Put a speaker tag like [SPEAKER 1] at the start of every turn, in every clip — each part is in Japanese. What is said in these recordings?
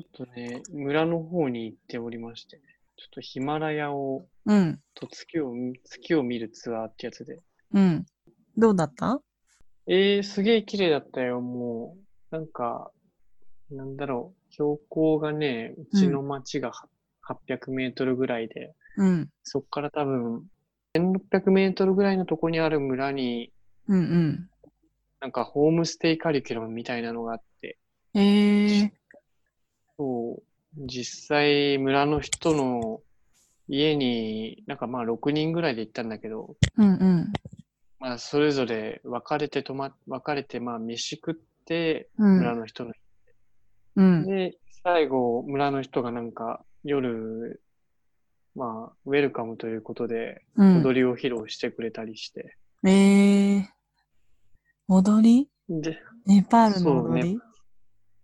[SPEAKER 1] とね、村の方に行っておりましてね、ちょっとヒマラヤを
[SPEAKER 2] うん。
[SPEAKER 1] と月を月を見るツアーってやつで。
[SPEAKER 2] うん。どうだった
[SPEAKER 1] えー、すげえ綺麗だったよ、もう。なんか、なんだろう、標高がね、うちの町がは800メートルぐらいで、
[SPEAKER 2] うん。
[SPEAKER 1] そっから多分、1600メートルぐらいのとこにある村に、
[SPEAKER 2] うん
[SPEAKER 1] なんかホームステイカリキュラムみたいなのがあって、
[SPEAKER 2] うん。ええ
[SPEAKER 1] そう、実際村の人の家に、なんかまあ6人ぐらいで行ったんだけど、
[SPEAKER 2] うんうん。
[SPEAKER 1] まあそれぞれ分かれて泊ま、分かれてまあ飯食って、
[SPEAKER 2] う
[SPEAKER 1] 村
[SPEAKER 2] ん。
[SPEAKER 1] の人の
[SPEAKER 2] うん。
[SPEAKER 1] で、最後、村の人がなんか、夜、まあ、ウェルカムということで、
[SPEAKER 2] うん
[SPEAKER 1] 踊りを披露してくれたりして。
[SPEAKER 2] ええ踊り
[SPEAKER 1] で、
[SPEAKER 2] ネパールの
[SPEAKER 1] そう
[SPEAKER 2] 踊り、
[SPEAKER 1] ね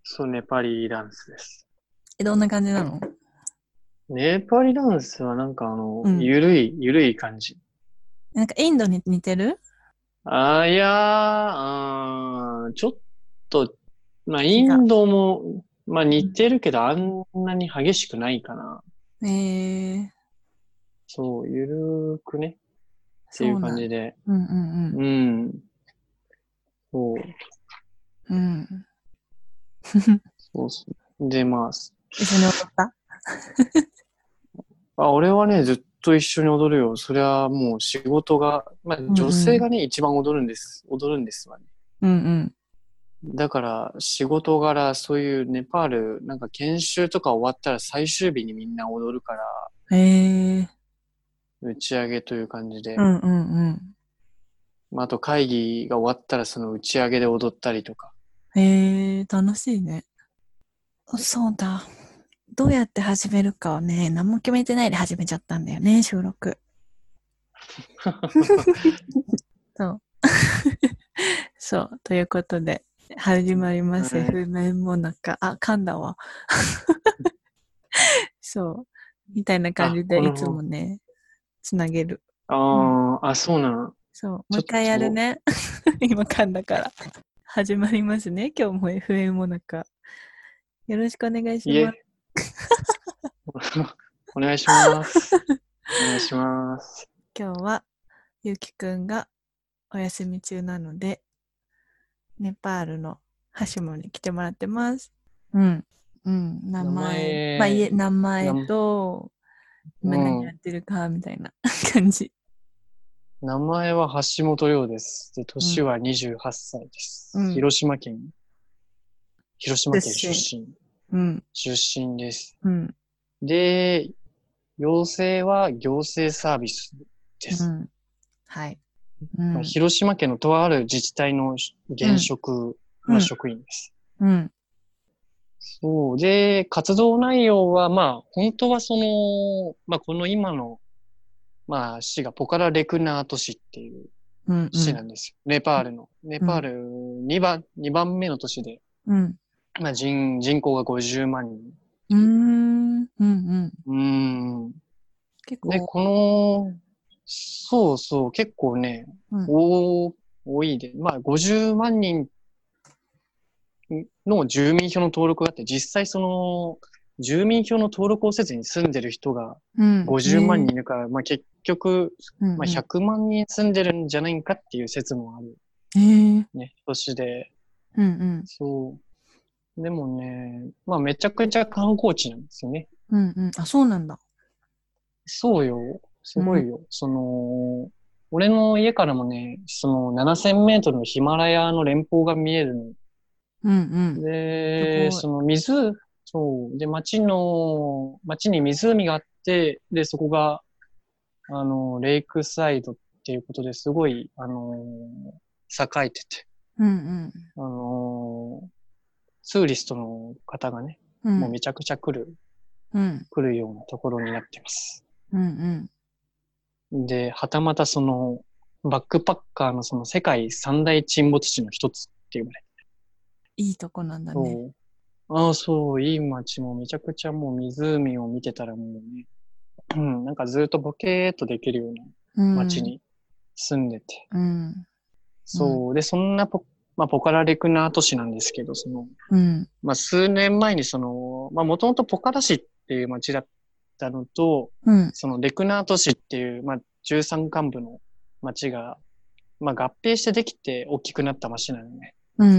[SPEAKER 1] そう、ネパリダンスです。
[SPEAKER 2] え、どんな感じなの
[SPEAKER 1] ネパリダンスはなんかあの、
[SPEAKER 2] うん
[SPEAKER 1] ゆるい、ゆるい感じ。
[SPEAKER 2] なんかインドに似てる
[SPEAKER 1] あーいやー、あーちょっと、まあ、インドも、まあ似てるけど、あんなに激しくないかな。
[SPEAKER 2] ええ
[SPEAKER 1] そう、ゆるーくね、って
[SPEAKER 2] そ
[SPEAKER 1] いうう
[SPEAKER 2] な
[SPEAKER 1] 感
[SPEAKER 2] ん
[SPEAKER 1] じで。
[SPEAKER 2] うんうん
[SPEAKER 1] うん。そう。
[SPEAKER 2] うん。うん。
[SPEAKER 1] そうそう。で、まあ、す
[SPEAKER 2] 一緒に踊った
[SPEAKER 1] あ俺はね、ずっと一緒に踊るよ。それはもう仕事が、まあ
[SPEAKER 2] ん
[SPEAKER 1] 女性がね、一番踊るんです。踊るんですわね。
[SPEAKER 2] うん
[SPEAKER 1] だから、仕事柄、そういうネパール、なんか研修とか終わったら最終日にみんな踊るから、
[SPEAKER 2] うん。ええ
[SPEAKER 1] 打ち上げという感じで、
[SPEAKER 2] うんうんうん。
[SPEAKER 1] まあ、あと会議が終わったらその打ち上げで踊ったりと か。
[SPEAKER 2] へえ楽しいね。そうだ。どうやって始めるかはね、何も決めてないで始めちゃったんだよね、収録。そう。 そう。ということで、始まります。
[SPEAKER 1] はい
[SPEAKER 2] FM もなか。あ、噛んだわ。 そう。みたいな感じで、
[SPEAKER 1] あ
[SPEAKER 2] いつもね、つなげる。
[SPEAKER 1] あー、あ、そうなの。
[SPEAKER 2] そう。も
[SPEAKER 1] ち
[SPEAKER 2] う
[SPEAKER 1] ょっと
[SPEAKER 2] 一回やるね。 今噛んだから。始まりますね。今日も FM もなか。よろしくお願いし
[SPEAKER 1] い
[SPEAKER 2] ま
[SPEAKER 1] え
[SPEAKER 2] す。。
[SPEAKER 1] お願いします。お願いします。
[SPEAKER 2] 今日はゆうきくんがお休み中なので、ネパールのハシモに来てもらってます。うん。うん。
[SPEAKER 1] 名
[SPEAKER 2] 名前。
[SPEAKER 1] 前
[SPEAKER 2] まあ、いえ、名前と、
[SPEAKER 1] うん
[SPEAKER 2] 今何やってるか、みたいな 感じ。
[SPEAKER 1] 名前は橋本涼です。で、年は28歳です。
[SPEAKER 2] うん
[SPEAKER 1] 広島県、広島県
[SPEAKER 2] 出
[SPEAKER 1] 出
[SPEAKER 2] 身
[SPEAKER 1] 身、
[SPEAKER 2] うん。
[SPEAKER 1] 出身です。
[SPEAKER 2] うん。
[SPEAKER 1] で、行政は行政サービスです。
[SPEAKER 2] うん。はい。うん
[SPEAKER 1] まあ。広島県のとある自治体の現職の職員です。
[SPEAKER 2] うん。
[SPEAKER 1] そう。で、活動内容は、まあ、本当はその、まあ、この今の、まあ、市がポカラレクナー都市っていう
[SPEAKER 2] うん。
[SPEAKER 1] 市なんですよ。ネパールの。ネパール2番、二番目の都市で、
[SPEAKER 2] うん。
[SPEAKER 1] まあ、人人口が50万人。
[SPEAKER 2] うーん。うん。うん。
[SPEAKER 1] うーん。
[SPEAKER 2] 結
[SPEAKER 1] で、
[SPEAKER 2] 構。
[SPEAKER 1] この、そうそう、結構ね、
[SPEAKER 2] うん
[SPEAKER 1] 多多いで、まあ50万人の住民票の登録があって、実際その、住民票の登録をせずに住んでる人が
[SPEAKER 2] うん
[SPEAKER 1] 50万人いるから、まあ結局、
[SPEAKER 2] うんうん
[SPEAKER 1] まあ、100万人住んでるんじゃないかっていう説もある
[SPEAKER 2] へえ
[SPEAKER 1] ね、都市で。
[SPEAKER 2] うんうん。
[SPEAKER 1] そう。でもね、まあめちゃくちゃ観光地なんですよね。
[SPEAKER 2] うんうん。あ、そうなんだ。
[SPEAKER 1] そうよ。すごいよ。その、俺の家からもね、その7000メートルのヒマラヤの連峰が見える
[SPEAKER 2] う
[SPEAKER 1] の。
[SPEAKER 2] んすごい
[SPEAKER 1] で、その水、そう。で、町の、町に湖があって、で、そこが、あの、レイクサイドっていうことですごい、あの、栄えてて、
[SPEAKER 2] うん。うん
[SPEAKER 1] あの、ツーリストの方がね、
[SPEAKER 2] うん。うん
[SPEAKER 1] もうめちゃくちゃ来る
[SPEAKER 2] うん
[SPEAKER 1] 来るようなところになってます。
[SPEAKER 2] うんうん
[SPEAKER 1] で、はたまたその、バックパッカーのその世界三大沈没地の一つって言われて、
[SPEAKER 2] いいとこなんだね。
[SPEAKER 1] そうああ、そう、いい街もめちゃくちゃもう湖を見てたらもうね、うん、なんかずっとボケーっとできるよう
[SPEAKER 2] うん
[SPEAKER 1] な街。に住んでて、
[SPEAKER 2] うん。
[SPEAKER 1] そう、で、そんなポまあ、ポカラレクナ都市なんですけど、その、
[SPEAKER 2] うん。
[SPEAKER 1] まあ、数年前にその、まあ、もともとポカラ市っていう町だったのと、
[SPEAKER 2] うん。
[SPEAKER 1] そのレクナー都市っていう、まあ、13幹部の町が、まあ、合併してできて大きくなった町なのね。
[SPEAKER 2] うん。う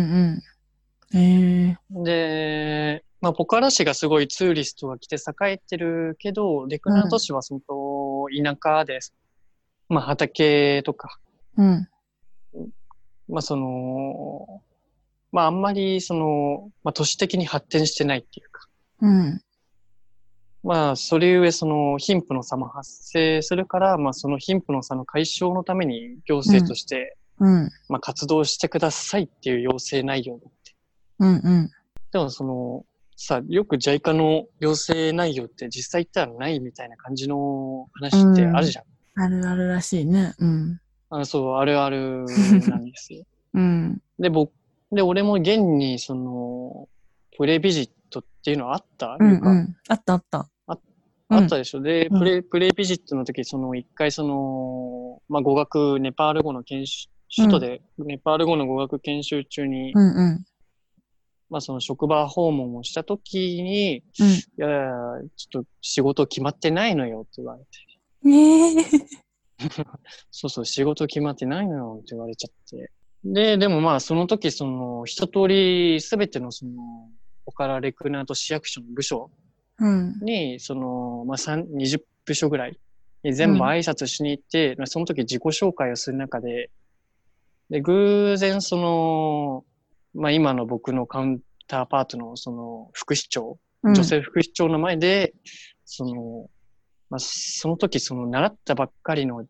[SPEAKER 2] ん。ええ
[SPEAKER 1] で、まあ、ポカラ市がすごいツーリストが来て栄えてるけど、レクナー都市は相当田舎です。まあ、畑とか、
[SPEAKER 2] うん。
[SPEAKER 1] まあ、その、まあ、あんまり、その、まあ、都市的に発展してないっていうか、
[SPEAKER 2] うん。
[SPEAKER 1] まあ、それゆえ、その、貧富の差も発生するから、まあ、その貧富の差の解消のために、行政として、
[SPEAKER 2] うん。
[SPEAKER 1] まあ、活動してくださいっていう要請内容だって。
[SPEAKER 2] うん。うん。
[SPEAKER 1] でも、その、さ、よく JICA の要請内容って実際行ったらないみたいな感じの話ってあるじゃん。
[SPEAKER 2] あるあるらしいね。うん。
[SPEAKER 1] あそう、あるあるなんです よ。
[SPEAKER 2] うん。
[SPEAKER 1] で、僕、で、俺も現に、その、プレビジットっていうのはあった、
[SPEAKER 2] うん。
[SPEAKER 1] いうか
[SPEAKER 2] うん。あったあった。
[SPEAKER 1] あったでしょ。で、
[SPEAKER 2] うん
[SPEAKER 1] プレ、プレビジットの時、その、一回その、まあ、語学、ネパール語の研修、首都で、ネパール語の語学研修中に、
[SPEAKER 2] うんうん。
[SPEAKER 1] まあ、その職場訪問をした時に、い
[SPEAKER 2] うん。
[SPEAKER 1] やいや、ちょっと仕事決まってないのよって言われて、
[SPEAKER 2] ええ
[SPEAKER 1] そうそう、仕事決まってないのよって言われちゃって。で、でもまあ、その時、その、一通り、すべてのその、オカラレクナート市役所の部署
[SPEAKER 2] うん。
[SPEAKER 1] に、その、まあ、三20部署ぐらいに全部
[SPEAKER 2] うん
[SPEAKER 1] 挨拶しに行って、まあその時自己紹介をする中で、で、偶然その、まあ、今の僕のカウンターパートのその副市長、
[SPEAKER 2] うん
[SPEAKER 1] 女。性副市長の前で、その、まあ、その時その習ったばっかりの、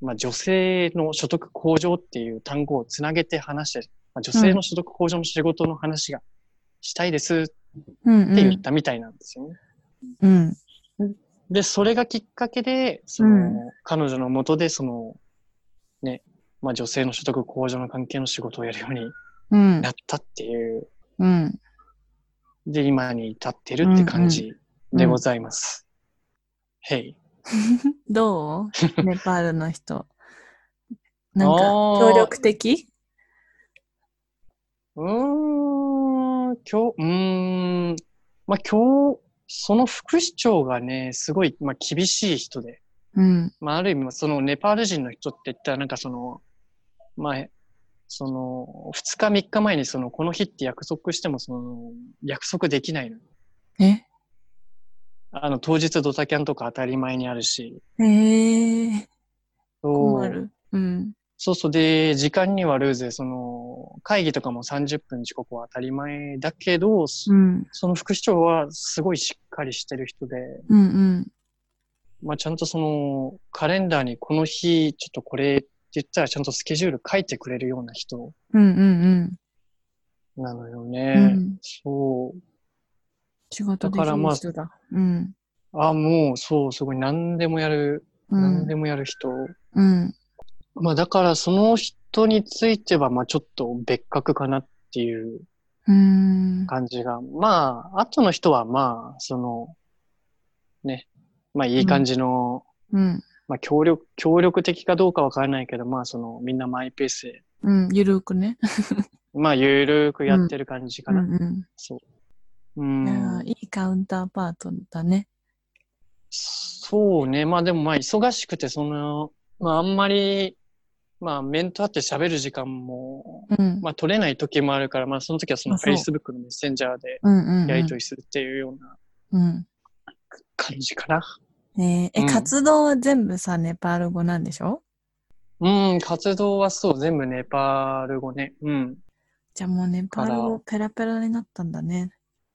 [SPEAKER 1] まあ、女性の所得向上っていう単語をつなげて話して、まあ、女性の所得向上の仕事の話がしたいですって
[SPEAKER 2] うん。
[SPEAKER 1] 言ったみたいなんですよね。
[SPEAKER 2] うん。
[SPEAKER 1] で、それがきっかけで、その、
[SPEAKER 2] うん
[SPEAKER 1] 彼女のもとで、その、ね、まあ女性の所得向上の関係の仕事をやるように
[SPEAKER 2] うん
[SPEAKER 1] な。ったっていう、
[SPEAKER 2] うん。
[SPEAKER 1] で、今に至ってるって感じでございます。へい。
[SPEAKER 2] どうネパールの人。なんか、
[SPEAKER 1] あー
[SPEAKER 2] 協力的
[SPEAKER 1] うーん、今日、うーん、まあ今日、その副市長がね、すごい、まあ厳しい人で、
[SPEAKER 2] うん。
[SPEAKER 1] まあ、ある意味、そのネパール人の人って言ったら、なんかその、まあ、その、2日3日前にその、この日って約束しても、その、約束できないの。
[SPEAKER 2] え
[SPEAKER 1] あの、当日ドタキャンとか当たり前にあるし。
[SPEAKER 2] えー、
[SPEAKER 1] そ
[SPEAKER 2] 困
[SPEAKER 1] う
[SPEAKER 2] る。うん。
[SPEAKER 1] そうそう。で、時間にはルーズで、その、会議とかも30分遅刻は当たり前だけど、そ
[SPEAKER 2] うん。
[SPEAKER 1] その副市長はすごいしっかりしてる人で、
[SPEAKER 2] うんうん。
[SPEAKER 1] まあ、ちゃんとその、カレンダーにこの日、ちょっとこれって言ったら、ちゃんとスケジュール書いてくれるような人。
[SPEAKER 2] うんうん
[SPEAKER 1] なのよ
[SPEAKER 2] う
[SPEAKER 1] ね。
[SPEAKER 2] ん。うん、
[SPEAKER 1] そ
[SPEAKER 2] 仕事でき
[SPEAKER 1] だからま
[SPEAKER 2] る
[SPEAKER 1] あ
[SPEAKER 2] 人だ。うん。
[SPEAKER 1] う。あ、もう、そう、すごい、何でもやる、
[SPEAKER 2] うん
[SPEAKER 1] 何でもやる人。
[SPEAKER 2] うん。
[SPEAKER 1] まあ、だから、その人については、まあ、ちょっと別格かなっていう
[SPEAKER 2] うん。
[SPEAKER 1] 感じが。まあ、後の人は、まあ、その、ね、まあ、いい感じの、
[SPEAKER 2] うん。
[SPEAKER 1] まあ、協力、協力的かどうかわからないけど、まあ、その、みんなマイペースで、
[SPEAKER 2] うん。ゆるくね。
[SPEAKER 1] まあ、ゆるーくやってる感じか
[SPEAKER 2] うん
[SPEAKER 1] な。
[SPEAKER 2] う。
[SPEAKER 1] そう。うん
[SPEAKER 2] いや
[SPEAKER 1] ん
[SPEAKER 2] ー。いいカウンターパートだね。
[SPEAKER 1] そうね。まあでもまあ忙しくて、その、まああんまり、まあ面とあって喋る時間も、
[SPEAKER 2] うん。
[SPEAKER 1] まあ取れない時もあるから、まあその時はその
[SPEAKER 2] あそう
[SPEAKER 1] Facebook のメッセンジャーで
[SPEAKER 2] うんうんうん。
[SPEAKER 1] やりとりするっていうような
[SPEAKER 2] うん。
[SPEAKER 1] 感じかな。
[SPEAKER 2] えーえ、
[SPEAKER 1] うん
[SPEAKER 2] 活動は全部さ、ネパール語なんでしょ
[SPEAKER 1] うん、活動はそう、全部ネパール語ね。うん。
[SPEAKER 2] じゃあもうネパール語ペラペラになったんだね。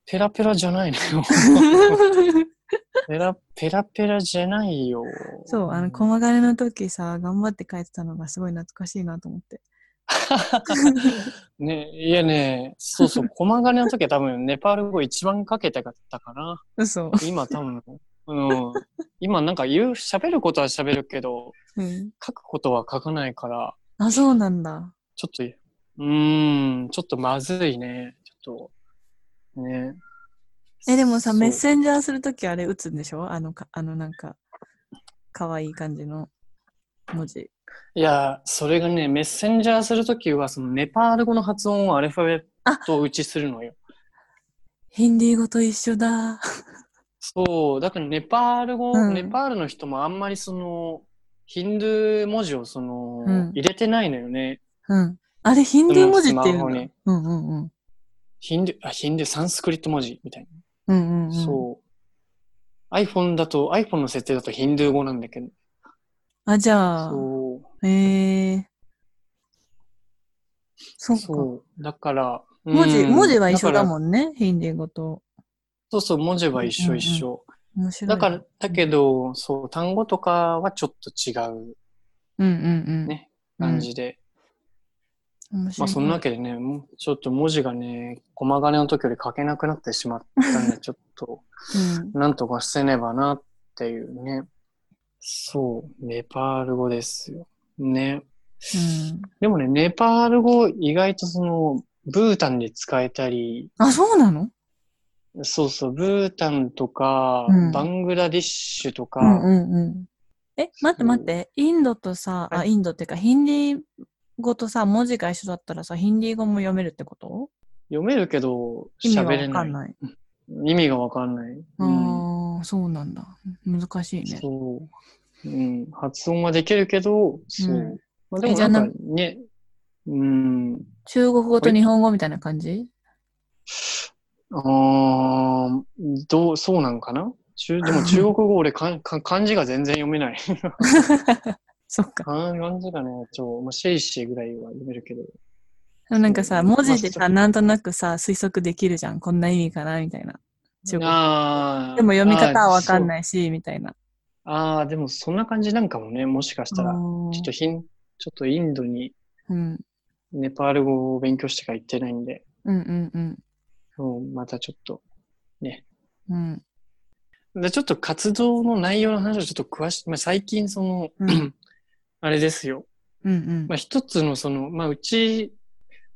[SPEAKER 1] ペラペラじゃないのよ。 ペラ、ペラペラじゃないよ。
[SPEAKER 2] そう、あの、駒金の時さ、頑張って書いてたのがすごい懐かしいなと思って。
[SPEAKER 1] ね、いやね、そう そう、駒金の時は多分ネパール語一番かけたかったかな。
[SPEAKER 2] 嘘。
[SPEAKER 1] 今多分、うん、今なんか言う、喋ることは喋るけど、
[SPEAKER 2] うん。
[SPEAKER 1] 書くことは書かないから、
[SPEAKER 2] あ、そうなんだ。
[SPEAKER 1] ちょっと、うーん、ちょっとまずいね。ちょっと、ね。
[SPEAKER 2] え、でもさ、
[SPEAKER 1] そう
[SPEAKER 2] メッセンジャーするときあれ打つんでしょあのか、あのなんか、かわいい感じの。文字。
[SPEAKER 1] いや、それがね、メッセンジャーするときは、そのネパール語の発音をアルファベット打ちするのよ。
[SPEAKER 2] ヒンディー語と一緒だ。
[SPEAKER 1] そう、だからネパール語、
[SPEAKER 2] うん
[SPEAKER 1] ネパールの人もあんまりその、ヒンドゥー文字をその、
[SPEAKER 2] うん
[SPEAKER 1] 入れてないのよね。
[SPEAKER 2] うん。あれ、ヒンディー文字っていう
[SPEAKER 1] スマ
[SPEAKER 2] の
[SPEAKER 1] ホに
[SPEAKER 2] うんうんうん。
[SPEAKER 1] ヒンドゥー、あ、ヒンドゥー、サンスクリット文字みたい
[SPEAKER 2] う
[SPEAKER 1] な。
[SPEAKER 2] んうん、うん。
[SPEAKER 1] そう。iPhone だと、iPhone の設定だとヒンドゥー語なんだけど。
[SPEAKER 2] あ、じゃあ、
[SPEAKER 1] そう。
[SPEAKER 2] へえー。そっか。
[SPEAKER 1] そう。だから、
[SPEAKER 2] 文字、
[SPEAKER 1] うん
[SPEAKER 2] 文字は一緒だ
[SPEAKER 1] から
[SPEAKER 2] もんね、ヒンディー語と。
[SPEAKER 1] そうそう、文字は一緒一緒。
[SPEAKER 2] 面白い。
[SPEAKER 1] だから、だけど、そう、単語とかはちょっと違う
[SPEAKER 2] うんうんうん。
[SPEAKER 1] ね感じで。
[SPEAKER 2] うん。面白
[SPEAKER 1] まあ、
[SPEAKER 2] い。
[SPEAKER 1] そんなわけでね、もうちょっと文字がね、駒金の時より書けなくなってしまった んで、ちょっと、
[SPEAKER 2] うん。
[SPEAKER 1] なんとかせねばなっていうね。そう、ネパール語ですよ。ね。
[SPEAKER 2] うん。
[SPEAKER 1] でもね、ネパール語意外とその、ブータンで使えたり、
[SPEAKER 2] あ、そうなの
[SPEAKER 1] そうそう、ブータンとか、
[SPEAKER 2] うん
[SPEAKER 1] バングラディッシュとか、
[SPEAKER 2] うんうんうん。え、待って
[SPEAKER 1] そう
[SPEAKER 2] 待って。インドとさ、あ、
[SPEAKER 1] は
[SPEAKER 2] インドっていうか、ヒンディー語とさ、文字が一緒だったらさ、ヒンディー語も読めるってこと
[SPEAKER 1] 読めるけど、
[SPEAKER 2] 意味が
[SPEAKER 1] 喋
[SPEAKER 2] わ
[SPEAKER 1] れ
[SPEAKER 2] か
[SPEAKER 1] ない
[SPEAKER 2] ん。ない。
[SPEAKER 1] 意味がわかんない。うん
[SPEAKER 2] ああ、そうなんだ。難しいね。
[SPEAKER 1] そう。うん。発音はできるけど、そう。
[SPEAKER 2] うん
[SPEAKER 1] まあで
[SPEAKER 2] え
[SPEAKER 1] も
[SPEAKER 2] じゃ
[SPEAKER 1] な
[SPEAKER 2] あ
[SPEAKER 1] んかね、うん。
[SPEAKER 2] 中国語と日本語みたいな感じ
[SPEAKER 1] あーどう、そうなんかな中でも中国語俺かん か漢字が全然読めない。
[SPEAKER 2] そっか。
[SPEAKER 1] 漢漢字がね、ちょ、まあ、シェイシェイぐらいは読めるけど。
[SPEAKER 2] でもなんか
[SPEAKER 1] そ
[SPEAKER 2] さ、
[SPEAKER 1] う
[SPEAKER 2] 文字で
[SPEAKER 1] まあ
[SPEAKER 2] さ、なんとなくさ、推測できるじゃん。こんな意味かな、みたいな。中国
[SPEAKER 1] ああ。
[SPEAKER 2] でも読み方はわかん
[SPEAKER 1] い。
[SPEAKER 2] ないし、みたいな。
[SPEAKER 1] そうああ、でもそんな感じなんかもね、もしかしたら。ちょっとひん、ちょっとインドに
[SPEAKER 2] うん。
[SPEAKER 1] ネパール語を勉強してから行ってないんで、
[SPEAKER 2] うんうんうん。
[SPEAKER 1] うん、またちょっと
[SPEAKER 2] うん。
[SPEAKER 1] で、ちょっと活動の内容の話をちょっと詳しく、まあ、最近その、
[SPEAKER 2] うん
[SPEAKER 1] あれですよ。
[SPEAKER 2] うんうん
[SPEAKER 1] まあ、。一つのその、まあ、うち、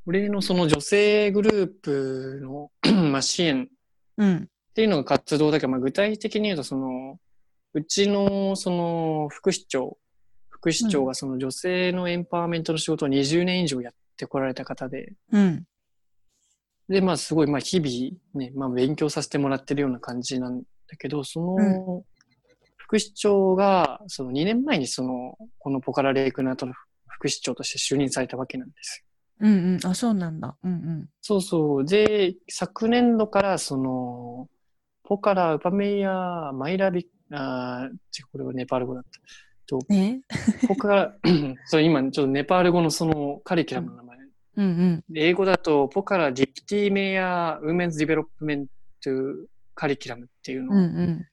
[SPEAKER 1] 俺のその女性グループの、 まあ、支援
[SPEAKER 2] うん。
[SPEAKER 1] っていうのが活動だけど、まあ、具体的に言うとその、うちのその副市長、副市長がその女性のエンパワーメントの仕事を20年以上やってこられた方で、
[SPEAKER 2] うん。
[SPEAKER 1] で、まあすごい、まあ日々ね、まあ勉強させてもらってるような感じなんだけど、その、副市長が、その2年前にその、このポカラレイクナートの副市長として就任されたわけなんですよ。
[SPEAKER 2] うんうん。あ、そうなんだ。うんうん。
[SPEAKER 1] そうそう。で、昨年度からその、ポカラ、ウパメイヤー、マイラビ、あー違う、これはネパール語だった。
[SPEAKER 2] ね
[SPEAKER 1] ポカラ、 そう、今ちょっとネパール語のそのカリキュラムの名前
[SPEAKER 2] うん
[SPEAKER 1] 英語だと、ポカラディプティメイヤーウーメンズディベロップメントカリキュラムっていう
[SPEAKER 2] うん。うん
[SPEAKER 1] のを
[SPEAKER 2] うん。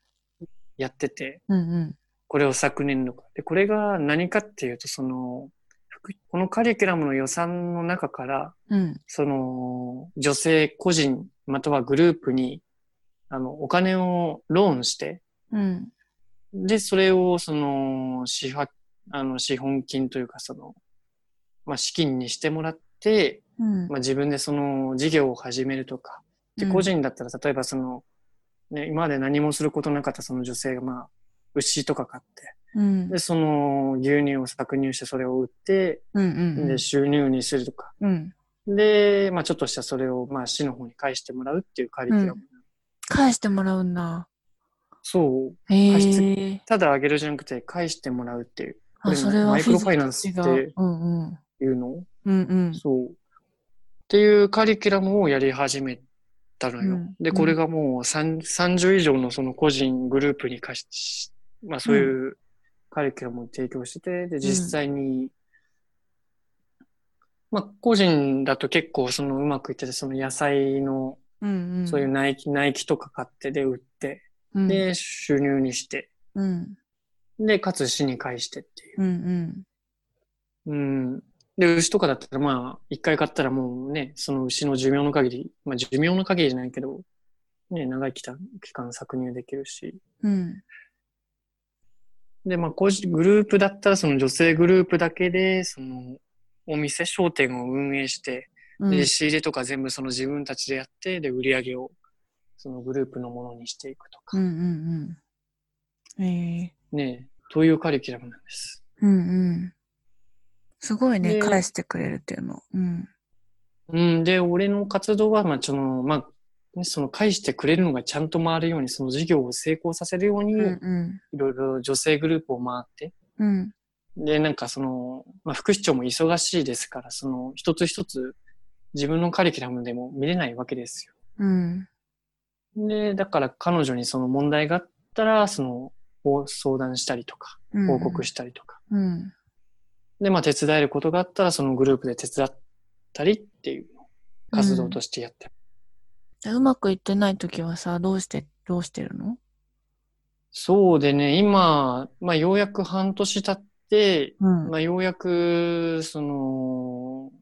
[SPEAKER 1] やってて、
[SPEAKER 2] うんうん。
[SPEAKER 1] これを昨年度から。で、これが何かっていうと、その、ふくこのカリキュラムの予算の中から、
[SPEAKER 2] うん。
[SPEAKER 1] その、女性個人、またはグループに、あの、お金をローンして、
[SPEAKER 2] うん。
[SPEAKER 1] で、それを、その、資はあの、資本金というか、その、まあ、資金にしてもらって、
[SPEAKER 2] うん。
[SPEAKER 1] まあ、自分でその事業を始めるとか、で、
[SPEAKER 2] うん
[SPEAKER 1] 個人だったら、例えばその、ね、今まで何もすることなかったその女性が、まあ、牛とか買って、
[SPEAKER 2] うん。
[SPEAKER 1] で、その牛乳を搾乳してそれを売って、
[SPEAKER 2] うんうんうん
[SPEAKER 1] で、収入にするとか、
[SPEAKER 2] うん。
[SPEAKER 1] で、まあ、ちょっとしたそれを、まあ、市の方に返してもらうっていうカリキュラム。
[SPEAKER 2] 返してもらうんだ。
[SPEAKER 1] そう。
[SPEAKER 2] へ
[SPEAKER 1] し
[SPEAKER 2] え。
[SPEAKER 1] ただあげるじゃなくて、返してもらうっていうこ
[SPEAKER 2] あ、
[SPEAKER 1] れ
[SPEAKER 2] それは
[SPEAKER 1] マイクロファイナンス
[SPEAKER 2] 違
[SPEAKER 1] って
[SPEAKER 2] う。うんうん。
[SPEAKER 1] いうのを、
[SPEAKER 2] うんうん。
[SPEAKER 1] そう。っていうカリキュラムをやり始めたのよ。
[SPEAKER 2] うん
[SPEAKER 1] で、これがもう3 30以上のその個人グループに貸し、まあそういうカリキュラムを提供してて、で、実際に、まあ個人だと結構そのうまくいってて、その野菜の
[SPEAKER 2] うんうん。
[SPEAKER 1] そういう苗木、苗木とか買ってで売って、
[SPEAKER 2] うん。
[SPEAKER 1] で、収入にして、
[SPEAKER 2] うん。
[SPEAKER 1] で、かつ市に返してっていう。
[SPEAKER 2] うん
[SPEAKER 1] う
[SPEAKER 2] うん。
[SPEAKER 1] ん。で、牛とかだったら、まあ、一回買ったらもうね、その牛の寿命の限り、まあ寿命の限りじゃないけど、ね、長い期間、期間搾乳できるし。
[SPEAKER 2] うん。
[SPEAKER 1] で、まあ、こうしグループだったら、その女性グループだけで、その、お店、商店を運営して、
[SPEAKER 2] うん
[SPEAKER 1] で、仕入れとか全部その自分たちでやって、で、売り上げを、そのグループのものにしていくと
[SPEAKER 2] う
[SPEAKER 1] か、
[SPEAKER 2] んうんうん。ええ
[SPEAKER 1] ね、というカリキュラムなんです。
[SPEAKER 2] うんうん。すごいね、
[SPEAKER 1] で
[SPEAKER 2] 返してくれるっていうの。うん。
[SPEAKER 1] うん、で、俺の活動は、まあ、その、まあ、ねその返してくれるのがちゃんと回るように、その事業を成功させるように、
[SPEAKER 2] うんう
[SPEAKER 1] いろいろ女性グループを回って、
[SPEAKER 2] ん。うん。
[SPEAKER 1] で、なんかその、まあ、副市長も忙しいですから、その、一つ一つ自分のカリキュラムでも見れないわけです
[SPEAKER 2] うん。
[SPEAKER 1] よ。で、だから彼女にその問題があったら、その、お相談したりとか、
[SPEAKER 2] うん
[SPEAKER 1] 報告したりとか。
[SPEAKER 2] うん。
[SPEAKER 1] で、まあ、手伝えることがあったら、そのグループで手伝ったりっていう活動としてやって。
[SPEAKER 2] でうまくいってない時はさ、どうして、どうしてるの
[SPEAKER 1] そうでね、今、まあ、ようやく半年経って、
[SPEAKER 2] うん
[SPEAKER 1] まあ、ようやく、その、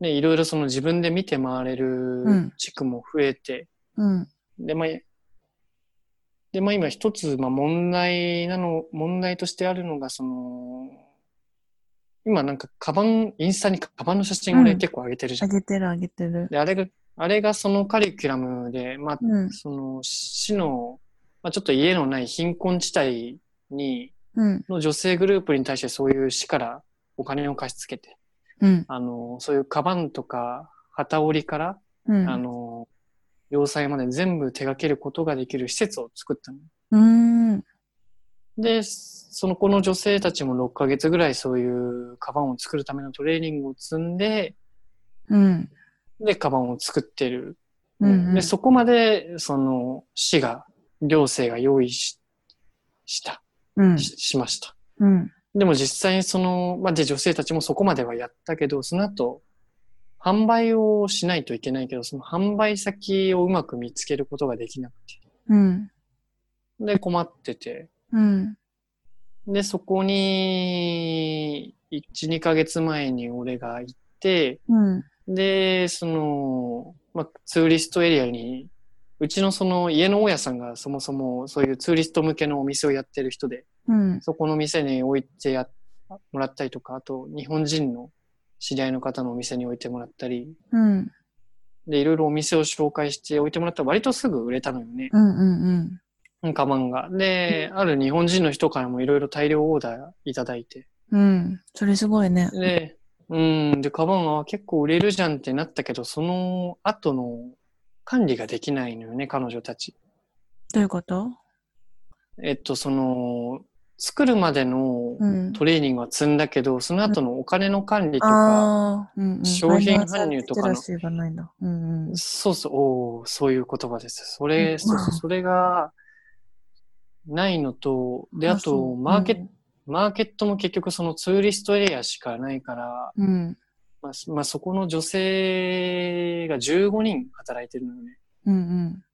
[SPEAKER 1] ね、いろいろその自分で見て回れ
[SPEAKER 2] ん
[SPEAKER 1] る地区も増えて、
[SPEAKER 2] うん。
[SPEAKER 1] で、まあ、で、まあ今一つ、まあ問題なの、問題としてあるのが、その、今なんかカバン、インスタにカバンの写真を
[SPEAKER 2] う
[SPEAKER 1] ね
[SPEAKER 2] ん
[SPEAKER 1] 結構上げてるじゃ
[SPEAKER 2] あ
[SPEAKER 1] ん。
[SPEAKER 2] げてるあげてる。
[SPEAKER 1] で、あれが、あれがそのカリキュラムで、まあ、
[SPEAKER 2] うん。
[SPEAKER 1] その、市の、まあちょっと家のない貧困地帯に、
[SPEAKER 2] うん。
[SPEAKER 1] の女性グループに対してそういう市からお金を貸し付けて、
[SPEAKER 2] うん。
[SPEAKER 1] あの、そういうカバンとか旗織りから、
[SPEAKER 2] うん。
[SPEAKER 1] あの、要塞まで全部手掛けることができる施設を作ったの。
[SPEAKER 2] うーん。
[SPEAKER 1] で、その子の女性たちも6ヶ月ぐらいそういうカバンを作るためのトレーニングを積んで、
[SPEAKER 2] うん。
[SPEAKER 1] で、カバンを作ってる。
[SPEAKER 2] うん。
[SPEAKER 1] で、そこまで、その、市が、行政が用意し、した、
[SPEAKER 2] うん。
[SPEAKER 1] ししました。
[SPEAKER 2] うん。
[SPEAKER 1] でも実際にその、まあ、で、女性たちもそこまではやったけど、その後、販売をしないといけないけど、その販売先をうまく見つけることができなく
[SPEAKER 2] うん。
[SPEAKER 1] て。で、困ってて。
[SPEAKER 2] うん。
[SPEAKER 1] で、そこに、1、2ヶ月前に俺が行って、
[SPEAKER 2] うん。
[SPEAKER 1] で、その、まあ、ツーリストエリアに、うちのその家の大家さんがそもそもそういうツーリスト向けのお店をやってる人で、
[SPEAKER 2] うん。
[SPEAKER 1] そこの店に置いてやもらったりとか、あと日本人の知り合いの方のお店に置いてもらったり、
[SPEAKER 2] うん。
[SPEAKER 1] で、いろいろお店を紹介して置いてもらったら割とすぐ売れたのよね、
[SPEAKER 2] うん。うん。
[SPEAKER 1] カバンが。で、ある日本人の人からもいろいろ大量オーダーいただいて、
[SPEAKER 2] うん。それすごいね。
[SPEAKER 1] で、うん、で、カバンは結構売れるじゃんってなったけど、その後の管理ができないのよね、彼女たち。
[SPEAKER 2] どういうこと
[SPEAKER 1] えっと、その、作るまでの
[SPEAKER 2] うん。
[SPEAKER 1] トレーニングは積んだけど、その後のお金の管理とか、
[SPEAKER 2] ああ、うんうん。
[SPEAKER 1] 商品搬入とかの
[SPEAKER 2] ファイナンシャルリテラシーがないな。うんうん。
[SPEAKER 1] そうそう、おーそういう言葉です。そ
[SPEAKER 2] うん
[SPEAKER 1] れ、そう
[SPEAKER 2] う
[SPEAKER 1] そ
[SPEAKER 2] ん
[SPEAKER 1] う、それがないのと、で、あ
[SPEAKER 2] そ
[SPEAKER 1] と、
[SPEAKER 2] う
[SPEAKER 1] マーケット、、マーケットも結局そのツーリストエリアしかないから、
[SPEAKER 2] うん。
[SPEAKER 1] まあ、そまあ、そこの女性が15人働いてるのよね。
[SPEAKER 2] うん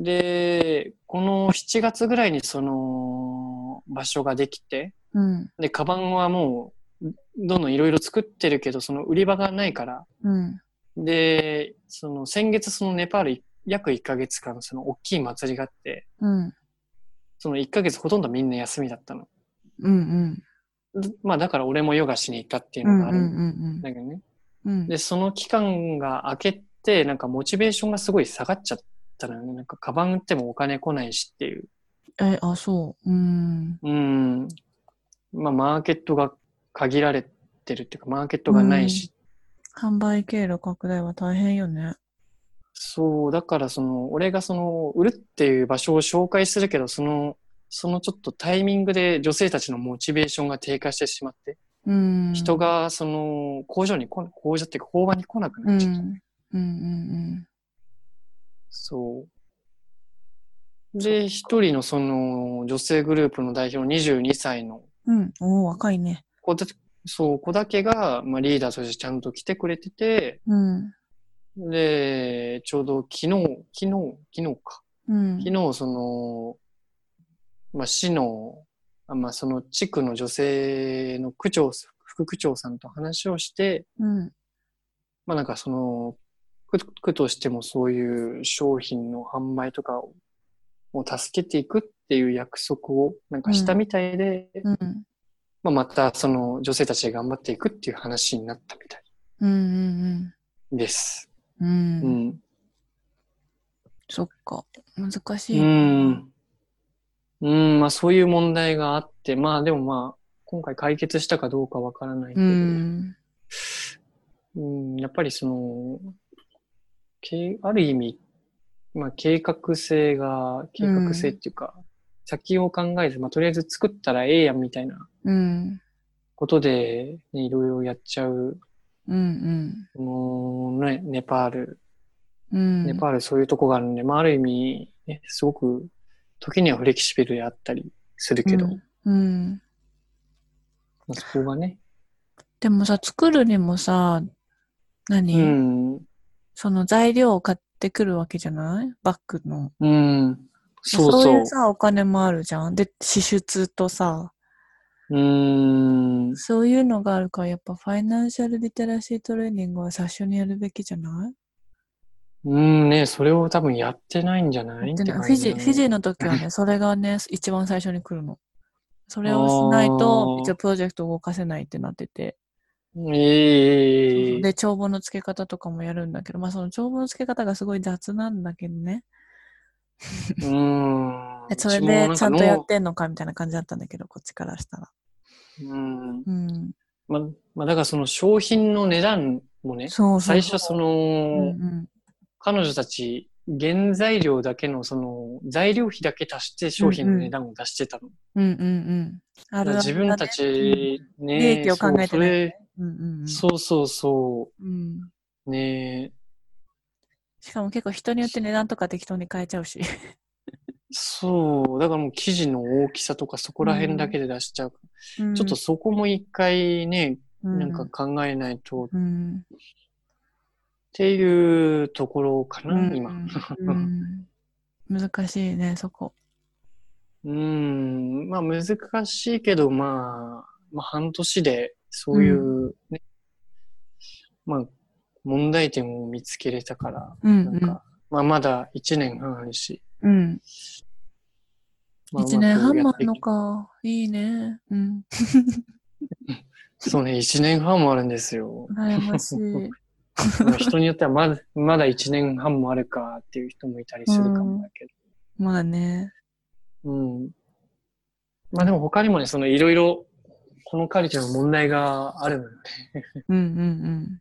[SPEAKER 1] で、この7月ぐらいにその場所ができて、
[SPEAKER 2] うん。うん。
[SPEAKER 1] で、カバンはもう、どんどんいろいろ作ってるけど、その売り場がないから、
[SPEAKER 2] うん。
[SPEAKER 1] で、その先月そのネパールい約1ヶ月間その大きい祭りがあって、
[SPEAKER 2] うん。
[SPEAKER 1] その1ヶ月ほとんどみんな休みだったの。
[SPEAKER 2] うん。
[SPEAKER 1] でまあだから俺もヨガしに行ったっていう
[SPEAKER 2] うん。う
[SPEAKER 1] のが
[SPEAKER 2] ん。
[SPEAKER 1] あ
[SPEAKER 2] う
[SPEAKER 1] るん
[SPEAKER 2] ん。
[SPEAKER 1] だけどね。
[SPEAKER 2] うん。
[SPEAKER 1] で、その期間が明けて、なんかモチベーションがすごい下がっちゃったのよね。なんかカバン売ってもお金来ないしっていう。
[SPEAKER 2] え、あ、そう。うん。
[SPEAKER 1] うん。まあマーケットが限られてるっていうか、マーケットがないし。
[SPEAKER 2] 販売経路拡大は大変よね。
[SPEAKER 1] そう、だからその、俺がその、売るっていう場所を紹介するけど、その、そのちょっとタイミングで女性たちのモチベーションが低下してしまって、
[SPEAKER 2] うん。
[SPEAKER 1] 人、がその、工場に来な、工場っていうか工場に来なく
[SPEAKER 2] う
[SPEAKER 1] なっ
[SPEAKER 2] ん。
[SPEAKER 1] ち
[SPEAKER 2] う
[SPEAKER 1] ゃった。
[SPEAKER 2] ん。うん。
[SPEAKER 1] そう。で、一人のその、女性グループの代表の22歳の
[SPEAKER 2] うん。うん。おお、若いね。
[SPEAKER 1] 子だ、そう、子だけが、まあリーダーとしてちゃんと来てくれてて、
[SPEAKER 2] うん。
[SPEAKER 1] で、ちょうど昨日、昨日、昨日か。
[SPEAKER 2] うん。
[SPEAKER 1] 昨日、その、まあ、市の、あまあ、その地区の女性の区長、副区長さんと話をして、
[SPEAKER 2] うん。
[SPEAKER 1] まあ、なんかその、区区としてもそういう商品の販売とかをを助けていくっていう約束をなんかしたみたいで、
[SPEAKER 2] うん。
[SPEAKER 1] まあ、またその女性たちで頑張っていくっていう話になったみたい
[SPEAKER 2] うん。
[SPEAKER 1] です。
[SPEAKER 2] う。
[SPEAKER 1] うんん。
[SPEAKER 2] そっか。難し
[SPEAKER 1] う
[SPEAKER 2] い。
[SPEAKER 1] ん。うん、まあそういう問題があって、まあでもまあ、今回解決したかどうかわからないけ
[SPEAKER 2] う
[SPEAKER 1] ど、
[SPEAKER 2] ん。
[SPEAKER 1] うんやっぱりその、けある意味、まあ、計画性が、計画性っていうか、先を考えず、まあ、とりあえず作ったらええやんみたいな
[SPEAKER 2] うん。
[SPEAKER 1] ことで、ね、いろいろやっちゃう、
[SPEAKER 2] うん。
[SPEAKER 1] そのね、ネパール、
[SPEAKER 2] うん。
[SPEAKER 1] ネパールそういうとこがあるんで、まあ、ある意味、ね、すごく、時にはフレキシビルであったりするけど、
[SPEAKER 2] うんうん。
[SPEAKER 1] まあそこがね、
[SPEAKER 2] でもさ、作るにもさ、何、
[SPEAKER 1] うん、
[SPEAKER 2] その材料を買ってくるわけじゃないバッグの。
[SPEAKER 1] うん、そうそう。
[SPEAKER 2] いうさ、お金もあるじゃん。で、支出とさ、
[SPEAKER 1] うん、
[SPEAKER 2] そういうのがあるから、やっぱファイナンシャルリテラシートレーニングは最初にやるべきじゃない
[SPEAKER 1] うんね、それを多分やってないんじゃない
[SPEAKER 2] や
[SPEAKER 1] っ
[SPEAKER 2] って
[SPEAKER 1] て
[SPEAKER 2] ない
[SPEAKER 1] 感
[SPEAKER 2] フィ
[SPEAKER 1] じ
[SPEAKER 2] ジ
[SPEAKER 1] だね
[SPEAKER 2] フィジーの時はね、それがね、一番最初に来るの。それをしないと
[SPEAKER 1] あ、ー
[SPEAKER 2] 一応プロジェクト動かせないってなってて。そうそう
[SPEAKER 1] ええ
[SPEAKER 2] で、帳簿の付け方とかもやるんだけど、まあその帳簿の付け方がすごい雑なんだけどね。
[SPEAKER 1] うん
[SPEAKER 2] え。それでちゃんとやってんのかみたいな感じだったんだけど、こっちからしたら。
[SPEAKER 1] うちもなんかの。うん。
[SPEAKER 2] うん。
[SPEAKER 1] ま、まあ、だからその商品の値段もね、
[SPEAKER 2] そうそう。
[SPEAKER 1] 最初そ
[SPEAKER 2] うん
[SPEAKER 1] の、
[SPEAKER 2] うん。
[SPEAKER 1] 彼女たち、原材料だけのその、材料費だけ足して商品の値段を出してたの。
[SPEAKER 2] うんうんうん。あるあるだね
[SPEAKER 1] 自分た。ち、ね、
[SPEAKER 2] 利益を考
[SPEAKER 1] そ
[SPEAKER 2] えて
[SPEAKER 1] うそ
[SPEAKER 2] ない
[SPEAKER 1] れ、
[SPEAKER 2] うんうんうん。。
[SPEAKER 1] そうそうそう
[SPEAKER 2] ん。
[SPEAKER 1] う、ね
[SPEAKER 2] しかも結構人によって値段とか適当に変えちゃうし。
[SPEAKER 1] そう、だからもう生地の大きさとかそこら辺だけで出しちゃう。
[SPEAKER 2] ち ょ
[SPEAKER 1] ちょっと、そこも一回ね、なんか考えないと
[SPEAKER 2] うん、
[SPEAKER 1] っていうところかな、
[SPEAKER 2] うん。
[SPEAKER 1] 今。
[SPEAKER 2] うん。難しいね、そこ。
[SPEAKER 1] うん、まあ難しいけど、まあ、まあ半年でそういう、ねまあ問題点を見つけれたから、
[SPEAKER 2] うん
[SPEAKER 1] なんか、まあまだ1年半あるし、
[SPEAKER 2] うん。うん。
[SPEAKER 1] まあ
[SPEAKER 2] 一年半もあるの
[SPEAKER 1] うまくやってい
[SPEAKER 2] か。いいね。うん。。
[SPEAKER 1] きそうね、1年半もあるんですよ
[SPEAKER 2] 羨ましい。
[SPEAKER 1] まあ人によってはまだ、まだ1年半もあるかっていう人もいたりするかもだけど。
[SPEAKER 2] まあね。
[SPEAKER 1] うん。まあでも他にもね、そのいろいろ、このカルチャーの問題があるのよね。
[SPEAKER 2] うん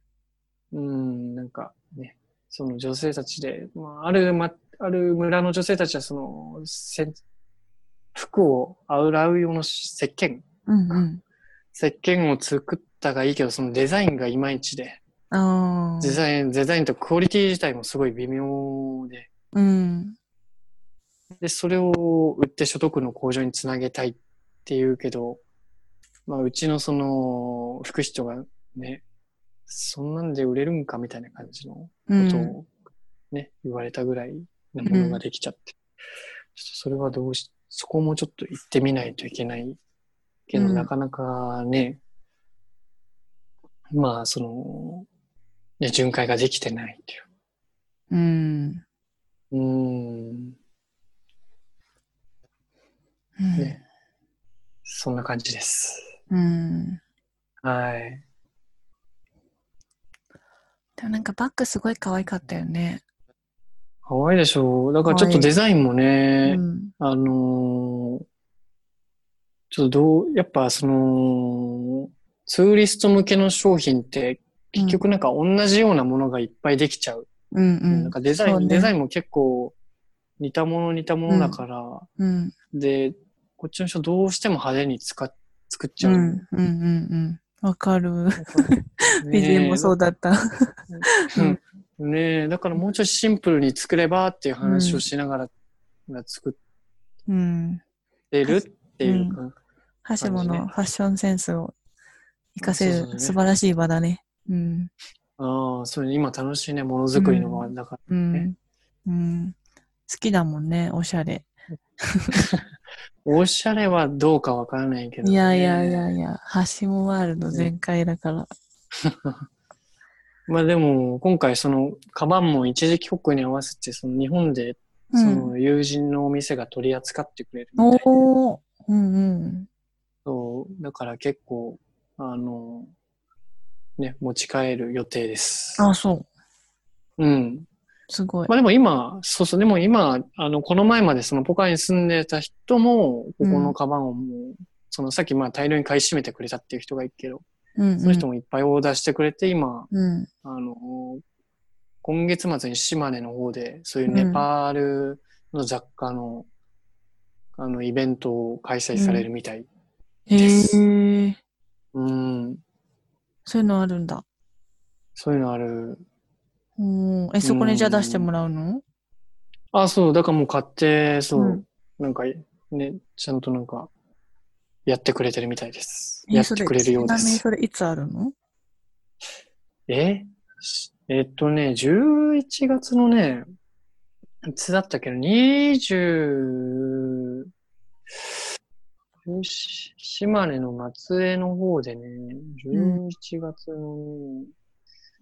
[SPEAKER 2] うん
[SPEAKER 1] うん、なんかね、その女性たちで、まあ、ある、ま、ある村の女性たちはその、せ服を洗う用の石鹸、
[SPEAKER 2] うん。うんうん。
[SPEAKER 1] 石鹸を作ったがいいけど、そのデザインがいまいちで、
[SPEAKER 2] ああ。
[SPEAKER 1] デザイン、デザインとクオリティ自体もすごい微妙で、
[SPEAKER 2] うん。
[SPEAKER 1] で、それを売って所得の向上につなげたいっていうけど、まあ、うちのその、副市長がね、そんなんで売れるんかみたいな感じの
[SPEAKER 2] う
[SPEAKER 1] こと
[SPEAKER 2] ん。
[SPEAKER 1] をね、言われたぐらいのものができちゃって、ちょっとそれはどうし、そこもちょっと行ってみないといけないけど、
[SPEAKER 2] うん
[SPEAKER 1] なかなかね、まあ、その、ね、巡回ができてないってい
[SPEAKER 2] うん。
[SPEAKER 1] う。うーん、ねそんな感じです。
[SPEAKER 2] うん。
[SPEAKER 1] はい。
[SPEAKER 2] でもなんかバッグすごい可愛かったよね。
[SPEAKER 1] かわいいでしょう。だからちょっとデザインも
[SPEAKER 2] う
[SPEAKER 1] ね、
[SPEAKER 2] ん。
[SPEAKER 1] あのーちょっとどう、やっぱその、ツーリスト向けの商品って結局なんか同じようなものがいっぱいできちゃう。
[SPEAKER 2] うんうん。
[SPEAKER 1] なんかデザイン、
[SPEAKER 2] そうね
[SPEAKER 1] デザインも結構似たもの似たものだから、
[SPEAKER 2] うん。
[SPEAKER 1] で、こっちの人どうしても派手に使っ作っち
[SPEAKER 2] う
[SPEAKER 1] ゃ
[SPEAKER 2] ん
[SPEAKER 1] う。
[SPEAKER 2] うんうんうん。わかる。
[SPEAKER 1] ね
[SPEAKER 2] 美人もそうだった。
[SPEAKER 1] うんねえ、だからもうちょいシンプルに作ればっていう話をしながら、作
[SPEAKER 2] うん。
[SPEAKER 1] ってるっていうか、
[SPEAKER 2] ハシモのファッションセンスを活かせ
[SPEAKER 1] そうそう
[SPEAKER 2] る
[SPEAKER 1] ね
[SPEAKER 2] 素晴らしい場だね。うん。
[SPEAKER 1] ああ、それ今楽しいね、ものづくりの場だから。
[SPEAKER 2] うん。うん。好きだもんね、おしゃれ。
[SPEAKER 1] おしゃれはどうかわからないけど、ね。
[SPEAKER 2] いやいやい。やいや、ハシモワールド全開だから。
[SPEAKER 1] まあでも、今回その、カバンも一時帰国に合わせて、その日本で、
[SPEAKER 2] う
[SPEAKER 1] そ
[SPEAKER 2] ん。
[SPEAKER 1] の友人のお店が取り扱ってくれるみたいな。
[SPEAKER 2] おー。うんうん。
[SPEAKER 1] そう、だから結構、あの、ね、持ち帰る予定です。
[SPEAKER 2] あ、そう。
[SPEAKER 1] うん。
[SPEAKER 2] すごい
[SPEAKER 1] ま。あでも今、そうそう、でも今、あの、この前までそのポカに住んでた人も、ここのカバンをもうそのさっきまあ大量に買い占めてくれたっていう人がいるけど、
[SPEAKER 2] うんうん
[SPEAKER 1] その人もいっぱいオーダーしてくれて、今、
[SPEAKER 2] うん。
[SPEAKER 1] あの、今月末に島根の方で、そういうネパールの雑貨の、あの、イベントを開催されるみたい。
[SPEAKER 2] へ
[SPEAKER 1] です
[SPEAKER 2] え。
[SPEAKER 1] うん。
[SPEAKER 2] そういうのあるんだ。
[SPEAKER 1] そういうのある。
[SPEAKER 2] うん。え、そこにじゃあ出してもらうの
[SPEAKER 1] あ、そう、だからもう買って、そう、
[SPEAKER 2] うん
[SPEAKER 1] なんか、ね、ちゃんとなんか、やってくれてるみたいです。
[SPEAKER 2] え
[SPEAKER 1] やってくれるようで
[SPEAKER 2] そちなみに
[SPEAKER 1] す。
[SPEAKER 2] それいつあるの
[SPEAKER 1] えしえっとね、11月のね、いつだったっけど、20、よし島根の松江の方でね、
[SPEAKER 2] うん
[SPEAKER 1] 11月の、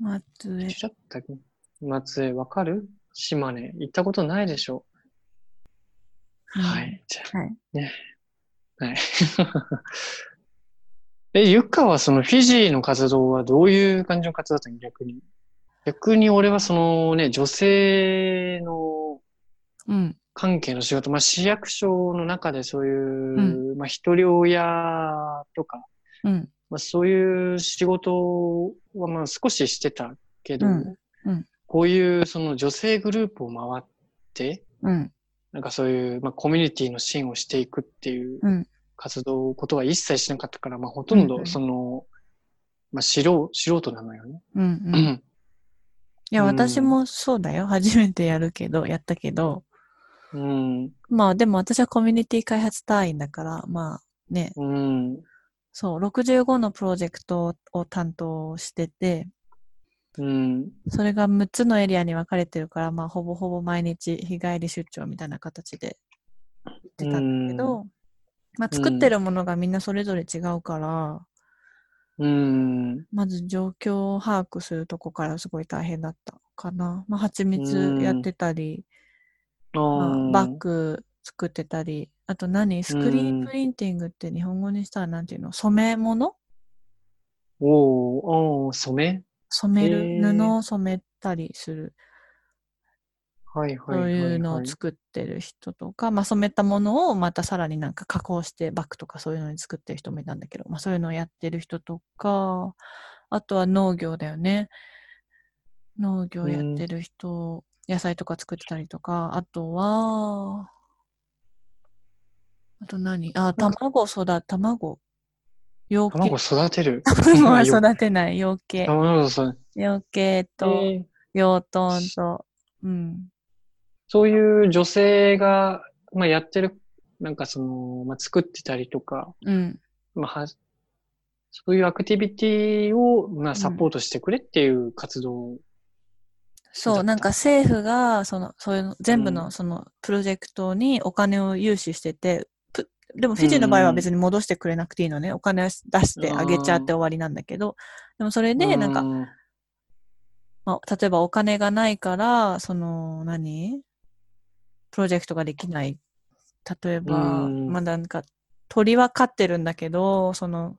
[SPEAKER 2] 松
[SPEAKER 1] い
[SPEAKER 2] 江
[SPEAKER 1] つ。だったっけ松江、わかる島根、行ったことないでしょ。は
[SPEAKER 2] うん。
[SPEAKER 1] い。じゃ
[SPEAKER 2] はい。
[SPEAKER 1] あ、はい。 え、ゆかはそのフィジーの活動はどういう感じの活動だったの逆に。逆に俺はそのね、女性の
[SPEAKER 2] うん。
[SPEAKER 1] 関係の仕事、まあ市役所の中でそういう、まあ一人親とか、
[SPEAKER 2] うん。
[SPEAKER 1] まあそういう仕事はまあ少ししてたけど、
[SPEAKER 2] うんうん
[SPEAKER 1] こういうその女性グループを回って、
[SPEAKER 2] うん。
[SPEAKER 1] なんかそういう、まあ、コミュニティの支援をしていくっていう
[SPEAKER 2] うん
[SPEAKER 1] 活動、ことは一切しなかったから、まあ、ほとん
[SPEAKER 2] うんう
[SPEAKER 1] ど
[SPEAKER 2] ん
[SPEAKER 1] その、まあ、素人、素人なのよね。
[SPEAKER 2] うん。 うん。いや、
[SPEAKER 1] うん
[SPEAKER 2] 私もそうだよ。 初めてやるけど、やったけど。
[SPEAKER 1] うん。
[SPEAKER 2] まあ、でも私はコミュニティ開発隊員だから、まあね、
[SPEAKER 1] うん。
[SPEAKER 2] そう、65のプロジェクトを担当してて、
[SPEAKER 1] うん。
[SPEAKER 2] それが6つのエリアに分かれてるから、まあ、ほぼほぼ毎日日帰り出張みたいな形で行ってたんだけど、まあ、
[SPEAKER 1] うん
[SPEAKER 2] 作ってるものがみんなそれぞれ違うから、
[SPEAKER 1] うん。
[SPEAKER 2] まず状況を把握するとこからすごい大変だったかな。まあ、蜂蜜やってたり、
[SPEAKER 1] あ
[SPEAKER 2] まあ
[SPEAKER 1] ー
[SPEAKER 2] バッグ作ってたり、あと何スクリー
[SPEAKER 1] う
[SPEAKER 2] ン
[SPEAKER 1] ん
[SPEAKER 2] プリンティングって日本語にしたらなんていうの染め物
[SPEAKER 1] おー、おー、染
[SPEAKER 2] 染める、
[SPEAKER 1] へー
[SPEAKER 2] 布を染めたりする、
[SPEAKER 1] めはいはい
[SPEAKER 2] そう
[SPEAKER 1] はい、はい。
[SPEAKER 2] いうのを作ってる人とか、まあ、染めたものをまたさらになんか加工してバッグとかそういうのに作ってる人もいたんだけど、まあ、そういうのをやってる人とかあとは農業だよね農業やってる人、野菜とか作ってたりとかあとはあと何あ卵育だ卵養鶏
[SPEAKER 1] 卵育てる。
[SPEAKER 2] 卵 は育てない養鶏
[SPEAKER 1] 卵育て
[SPEAKER 2] 養鶏
[SPEAKER 1] る。
[SPEAKER 2] と
[SPEAKER 1] えー
[SPEAKER 2] 養豚とうん
[SPEAKER 1] そういう女性が、まあ、やってる、なんかその、まあ、作ってたりとか、
[SPEAKER 2] うん
[SPEAKER 1] まあ、はそういうアクティビティを、ま
[SPEAKER 2] ん
[SPEAKER 1] あ、サポートしてくれっていう活動。
[SPEAKER 2] そ
[SPEAKER 1] だ
[SPEAKER 2] う、
[SPEAKER 1] った
[SPEAKER 2] なんか政府が、その、そういうの、全部
[SPEAKER 1] う
[SPEAKER 2] の
[SPEAKER 1] ん
[SPEAKER 2] そのプロジェクトにお金を融資してて、ぷでもフィジーの場合は別に戻してくれなくていいのね。お金を出してあげちゃって終わりなんだけど、でもそれで、なんか、
[SPEAKER 1] うん
[SPEAKER 2] まあ、例えばお金がないから、その、何プロジェクトができない。例えば、
[SPEAKER 1] うん
[SPEAKER 2] まあなんか、鳥は飼ってるんだけど、その、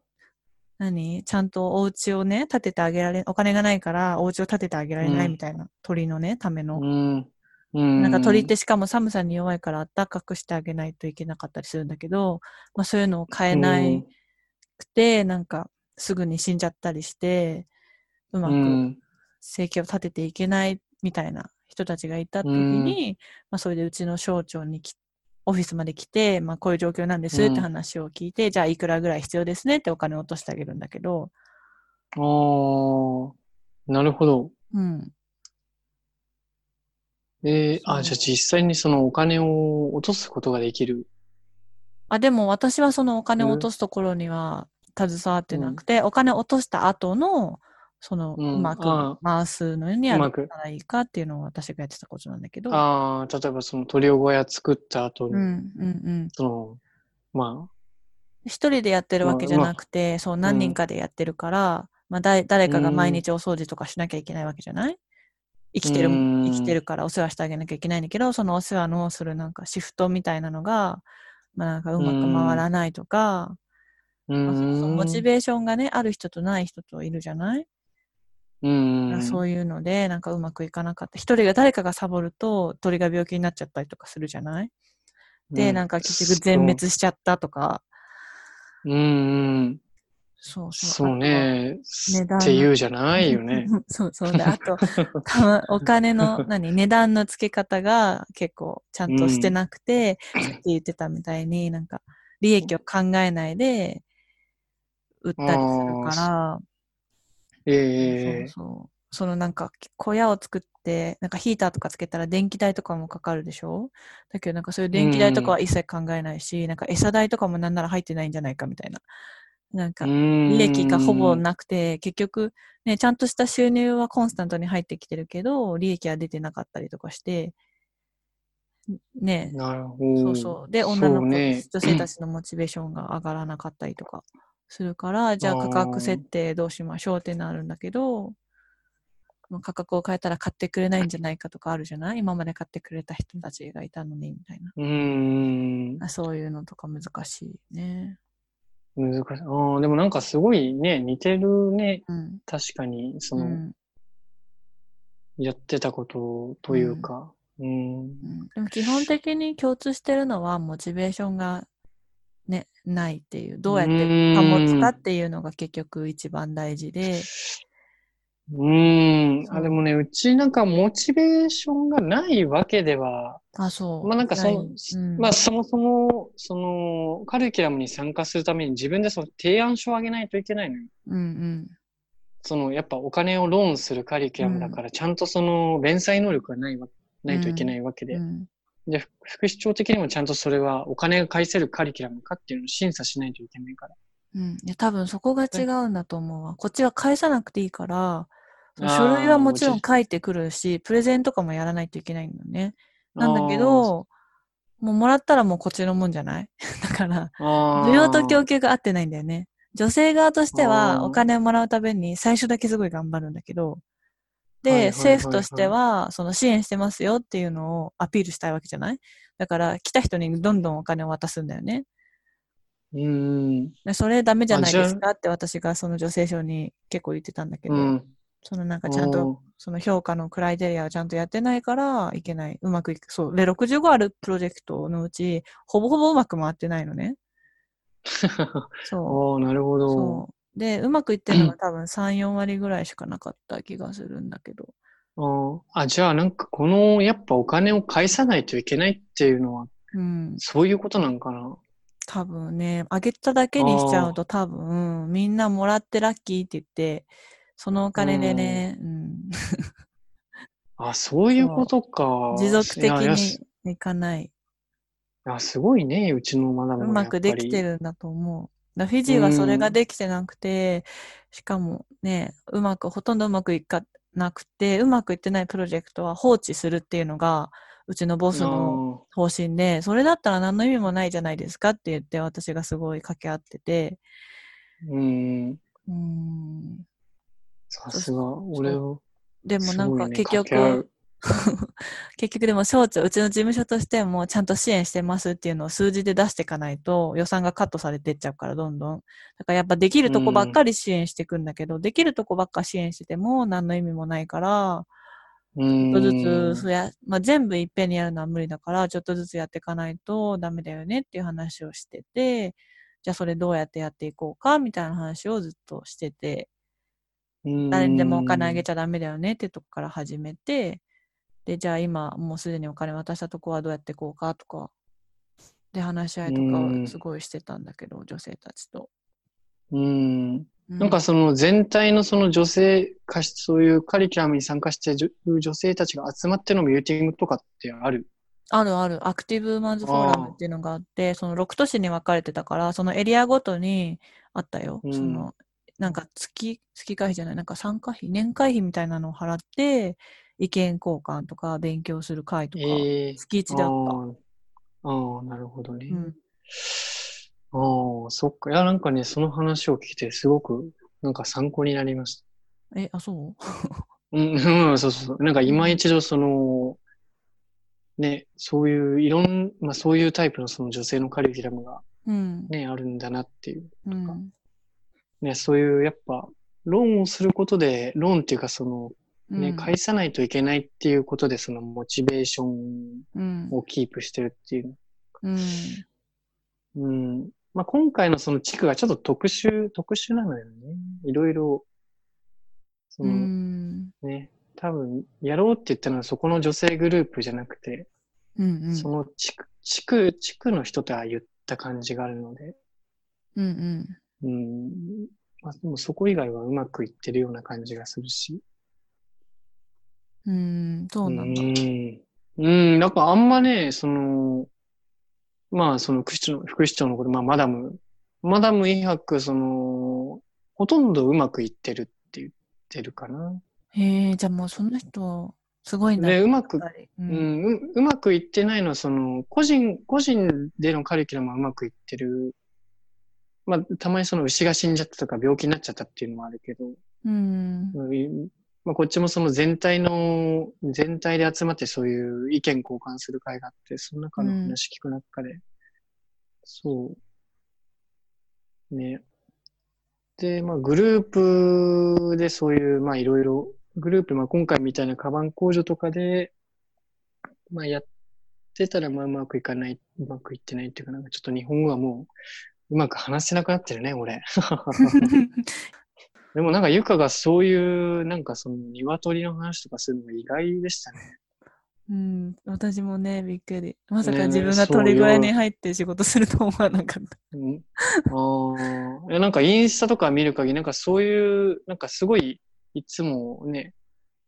[SPEAKER 2] 何ちゃんとお家をね、建ててあげられ、お金がないからお家を建ててあげられないみたいな、鳥のね、ための。
[SPEAKER 1] うん。うん。
[SPEAKER 2] なんか鳥ってしかも寒さに弱いから暖かくしてあげないといけなかったりするんだけど、まあ、そういうのを変えな
[SPEAKER 1] う
[SPEAKER 2] い
[SPEAKER 1] ん
[SPEAKER 2] くて、なんかすぐに死んじゃったりして、うま
[SPEAKER 1] う
[SPEAKER 2] く
[SPEAKER 1] ん。
[SPEAKER 2] 生計を立てていけないみたいな人たちがいた時に、まあ、それでうちの省庁にきオフィスまで来て、まあ、こういう状況なんですっ
[SPEAKER 1] うん
[SPEAKER 2] て話を聞いて、じゃあいくらぐらい必要ですねってお金を落としてあげるんだけど、
[SPEAKER 1] あーなるほど。
[SPEAKER 2] うん、
[SPEAKER 1] えー、
[SPEAKER 2] そう
[SPEAKER 1] あ、じゃあ実際にそのお金を落とすことができる。
[SPEAKER 2] あ、でも私はそのお金を落とすところには携わってなくて、お金を落とした後の、その、
[SPEAKER 1] うん
[SPEAKER 2] うまく
[SPEAKER 1] あ
[SPEAKER 2] 回すのには
[SPEAKER 1] う
[SPEAKER 2] どう
[SPEAKER 1] ま
[SPEAKER 2] した
[SPEAKER 1] く
[SPEAKER 2] らいいかっていうのを私がやってたことなんだけど、
[SPEAKER 1] ああ、例えばその鳥小屋作った後に、
[SPEAKER 2] うん、うん、うん。
[SPEAKER 1] その、ま
[SPEAKER 2] 一人でやってるわけじゃなくて、そう、何人かでやってるから、まあ、だい誰かが毎日お掃除とかしなきゃいけないわけじゃない生きてる、
[SPEAKER 1] うん
[SPEAKER 2] 生きてるからお世話してあげなきゃいけないんだけど、そのお世話のするなんかシフトみたいなのが、まあなんかうまく回らないとか、
[SPEAKER 1] あ、う
[SPEAKER 2] まあそもそも
[SPEAKER 1] ん。
[SPEAKER 2] モチベーションがね、ある人とない人といるじゃない、
[SPEAKER 1] うん。
[SPEAKER 2] そういうので、なんかうまくいかなかった。一人が誰かがサボると鳥が病気になっちゃったりとかするじゃないで、なんか結局全滅しちゃったとか、
[SPEAKER 1] うんうん。
[SPEAKER 2] そうそう。
[SPEAKER 1] そうね。
[SPEAKER 2] 値段の
[SPEAKER 1] って言うじゃないよね。
[SPEAKER 2] そうそうで、あと、たまお 金の、何、値段の付け方が結構ちゃんとしてなくて、さっき言ってたみたいになんか、利益を考えないで、売ったりするから、
[SPEAKER 1] ええ
[SPEAKER 2] そうそう。そのなんか、小屋を作って、なんかヒーターとかつけたら電気代とかもかかるでしょだけどなんかそういう電気代とかは一切考えないし、なんか餌代とかもなんなら入ってないんじゃないかみたいな。なんか、利
[SPEAKER 1] 利
[SPEAKER 2] 益がほぼなくて、結局、ね、ちゃんとした収入はコンスタントに入ってきてるけど、利益は出てなかったりとかして、ね、
[SPEAKER 1] なるほど。
[SPEAKER 2] そうそう。で、女の
[SPEAKER 1] そ
[SPEAKER 2] 子、
[SPEAKER 1] うね
[SPEAKER 2] 女性たちのモチベーションが上がらなかったりとかするから、じゃあ
[SPEAKER 1] あー
[SPEAKER 2] 価格設定どうしましょうってなるんだけど、まあ価格を変えたら買ってくれないんじゃないかとかあるじゃない今まで買ってくれた人たちがいたのにみたいな。
[SPEAKER 1] うん。
[SPEAKER 2] あそういうのとか難しいね。
[SPEAKER 1] 難しい。ああ、でもなんかすごいね、似てるね。
[SPEAKER 2] うん。
[SPEAKER 1] 確かに、そうの、
[SPEAKER 2] ん
[SPEAKER 1] やってたことというか。うん。
[SPEAKER 2] うんでも基本的に共通してるのはモチベーションが、ね、ないっていうどうやって保つかっていうのが結局一番大事で、
[SPEAKER 1] うん。
[SPEAKER 2] そ
[SPEAKER 1] あ、
[SPEAKER 2] う
[SPEAKER 1] でもね、うちなんかモチベーションがないわけでは、
[SPEAKER 2] あそう
[SPEAKER 1] まあなんかその
[SPEAKER 2] ないうん
[SPEAKER 1] まあそもそも、その、カリキュラムに参加するために自分でその提案書をあげないといけないのよ。
[SPEAKER 2] うんうん
[SPEAKER 1] そのやっぱお金をローンするカリキュラムだから、ちゃんとその弁済能力がないわないといけないわけで、
[SPEAKER 2] うん
[SPEAKER 1] で副副市長的にもちゃんとそれはお金が返せるカリキュラムかっていうのを審査しないといけないから。
[SPEAKER 2] うん、いや多分そこが違うんだと思うわこっちは返さなくていいからその
[SPEAKER 1] あー
[SPEAKER 2] 書類はもちろん
[SPEAKER 1] もち
[SPEAKER 2] 書いてくるしプレゼンとかもやらないといけないんだよねなんだけどもうもらったらもうこっちのもんじゃない だから
[SPEAKER 1] あー、
[SPEAKER 2] 需要と供
[SPEAKER 1] 給
[SPEAKER 2] 給が合ってないんだよね。女性側として
[SPEAKER 1] あ
[SPEAKER 2] は
[SPEAKER 1] ー
[SPEAKER 2] お金をもらうために最初だけすごい頑張るんだけど、
[SPEAKER 1] はいはい
[SPEAKER 2] で、
[SPEAKER 1] はい
[SPEAKER 2] 政府としてはその支援してますよっていうのをアピールしたいわけじゃないだから来た人にどんどんお金を渡すんだよね。
[SPEAKER 1] うん。
[SPEAKER 2] でそれダメじゃない
[SPEAKER 1] あ
[SPEAKER 2] で
[SPEAKER 1] じ
[SPEAKER 2] す
[SPEAKER 1] ゃ
[SPEAKER 2] かって私がその女性賞に結構言ってたんだけど、
[SPEAKER 1] うん。
[SPEAKER 2] そのなんかちゃんと
[SPEAKER 1] おー
[SPEAKER 2] その評価のクライテリアをちゃんとやってないからいけない。うまくいく。そう。で、65あるプロジェクトのうち、ほぼほぼうまく回ってない のね。そう。
[SPEAKER 1] あー、なるほど。
[SPEAKER 2] そう。で、うまくいってるのが多分3、4割ぐらいしかなかった気がするんだけど。
[SPEAKER 1] あーあ、じゃあなんかこの、やっぱお金を返さないといけないっていうのは、
[SPEAKER 2] うん。
[SPEAKER 1] そういうことなんかな。
[SPEAKER 2] 多分ね、あげただけにしちゃうと多分、みんなもらってラッキーって言って、そのお金でね、うん、
[SPEAKER 1] あ、そういうことか。
[SPEAKER 2] 持続的
[SPEAKER 1] いやいや
[SPEAKER 2] に
[SPEAKER 1] す
[SPEAKER 2] いかない。
[SPEAKER 1] いやすごいね、うちのマダ
[SPEAKER 2] う
[SPEAKER 1] ムもや
[SPEAKER 2] ま
[SPEAKER 1] っぱ
[SPEAKER 2] く
[SPEAKER 1] り
[SPEAKER 2] できてるんだと思う。だフィジーはそれができてなくて、しかもね、うまく、ほとんどうまくいかなくて、うまくいってないプロジェクトは放置するっていうのが、うちのボスの方針で、それだったら何の意味もないじゃないですかって言って私がすごい掛け合ってて、
[SPEAKER 1] あーうん。
[SPEAKER 2] うーん。
[SPEAKER 1] さすが、俺を。
[SPEAKER 2] でもなんか
[SPEAKER 1] すごいね
[SPEAKER 2] 結
[SPEAKER 1] 掛け合
[SPEAKER 2] 局
[SPEAKER 1] う、
[SPEAKER 2] 結局でも省庁、うちの事務所としてもちゃんと支援してますっていうのを数字で出していかないと予算がカットされてっちゃうからどんどん。だからやっぱできるとこばっかり支援していくんだけど、できるとこばっか支援してても何の意味もないから、
[SPEAKER 1] うん
[SPEAKER 2] ちょっとずつ増や、まあ、全部いっぺんにやるのは無理だから、ちょっとずつやっていかないとダメだよねっていう話をしてて、じゃあそれどうやってやっていこうかみたいな話をずっとしてて、誰にでもお金あげ
[SPEAKER 1] ち
[SPEAKER 2] ちゃダメだよねってとこから始めて、で、じゃあ今もうすでにお金渡したとこはどうやっていこうかとか、で、話し合いとか
[SPEAKER 1] うん
[SPEAKER 2] をすごいしてたんだけど、女性たちと。
[SPEAKER 1] うん。
[SPEAKER 2] う
[SPEAKER 1] なんか、その全体のその女性かし、そういうカリキュラムに参加してる女性たちが集まってのミューティングとかってある
[SPEAKER 2] あるある、アクティブウーマンズフォーラムっていうのがあって、その6都市に分かれてたから、そのエリアごとにあったよ。
[SPEAKER 1] うん
[SPEAKER 2] その、なんか月、月会費じゃない、なんか参加費、年会費みたいなのを払って、意見交換とか、勉強する会とか、
[SPEAKER 1] ええ
[SPEAKER 2] 月1であっ
[SPEAKER 1] あ
[SPEAKER 2] た。
[SPEAKER 1] ーあー、なるほどね。
[SPEAKER 2] うん
[SPEAKER 1] ああ、そっか。いや、なんかね、その話を聞いて、すごく、なんか参考になりました。
[SPEAKER 2] え、あ、そう
[SPEAKER 1] うん、うんそうそうそう。なんか今一度その、ね、そういう、いろん、まあそういうタイプのその女性のカリキュラムが
[SPEAKER 2] うん。
[SPEAKER 1] ね、あるんだなっていう。
[SPEAKER 2] うん。
[SPEAKER 1] ね、そういう、やっぱ、ローンをすることで、ローンっていうかその、ね、
[SPEAKER 2] うん
[SPEAKER 1] 返さないといけないっていうことで、そのモチベーション
[SPEAKER 2] うん。
[SPEAKER 1] をキープしてるっていう。
[SPEAKER 2] うん。
[SPEAKER 1] うん。まあ、今回のその地区がちょっと特殊、特殊なのよね。いろいろ、そうの、
[SPEAKER 2] ん。
[SPEAKER 1] ね、多分、やろうって言ったのはそこの女性グループじゃなくて、
[SPEAKER 2] うんうん。
[SPEAKER 1] その地区、地区、地区の人とは言った感じがあるので、
[SPEAKER 2] うん
[SPEAKER 1] う
[SPEAKER 2] うん。
[SPEAKER 1] ん、まあ、でもそこ以外はうまくいってるような感じがするし。
[SPEAKER 2] うん、そうなんだ。
[SPEAKER 1] ん。うん、なんかあんまね、その、まあその副市長の、副市長のこと、まあマダム、マダムいわく、その、ほとんどうまくいってるって言ってるかな。
[SPEAKER 2] へえ、じゃあもうその人、すごいな。
[SPEAKER 1] でうまく
[SPEAKER 2] やっぱりう。
[SPEAKER 1] うんん、ううまくいってないのは、その、個人、個人でのカリキュラムはうまくいってる。まあ、たまにその牛が死んじゃったとか病気になっちゃったっていうのもあるけど、
[SPEAKER 2] うん。
[SPEAKER 1] うんまあ、こっちもその全体の、全体で集まってそういう意見交換する会があって、その中の話聞く中で、そう。ね。で、まあグループでそういう、まあいろいろ、グループ、まあ今回みたいなカバン工場とかで、まあやってたらまあうまくいかない、うまくいってないっていうか、なんかちょっと日本語はもう、うまく話せなくなってるね、俺。でもなんか、ゆかがそういう、なんかその、鶏の話とかするのが意外でしたね。
[SPEAKER 2] うん、私もね、びっくり。まさ
[SPEAKER 1] ね
[SPEAKER 2] か
[SPEAKER 1] え
[SPEAKER 2] 自分が鳥小屋に入って仕事すると思わなかった。
[SPEAKER 1] うん、ああ。いやなんか、インスタとか見る限り、なんかそういう、なんかすごい、いつもね、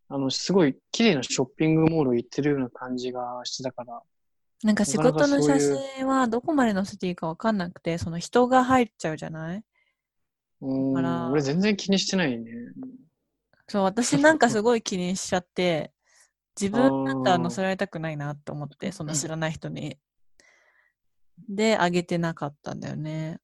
[SPEAKER 1] あの、すごい綺麗なショッピングモール行ってるような感じがしてたから。
[SPEAKER 2] なんか仕事の
[SPEAKER 1] なかなか
[SPEAKER 2] 写
[SPEAKER 1] そういう
[SPEAKER 2] 真はどこまで載せていいかわかんなくて、その人が入っちゃうじゃないうあら
[SPEAKER 1] ん。俺全然気にしてないね。
[SPEAKER 2] そう、私なんかすごい気にしちゃって、自分だっ
[SPEAKER 1] あ
[SPEAKER 2] た
[SPEAKER 1] ー
[SPEAKER 2] ら載せられたくないなって思って、その知らない人に。で、あげてなかったんだよね。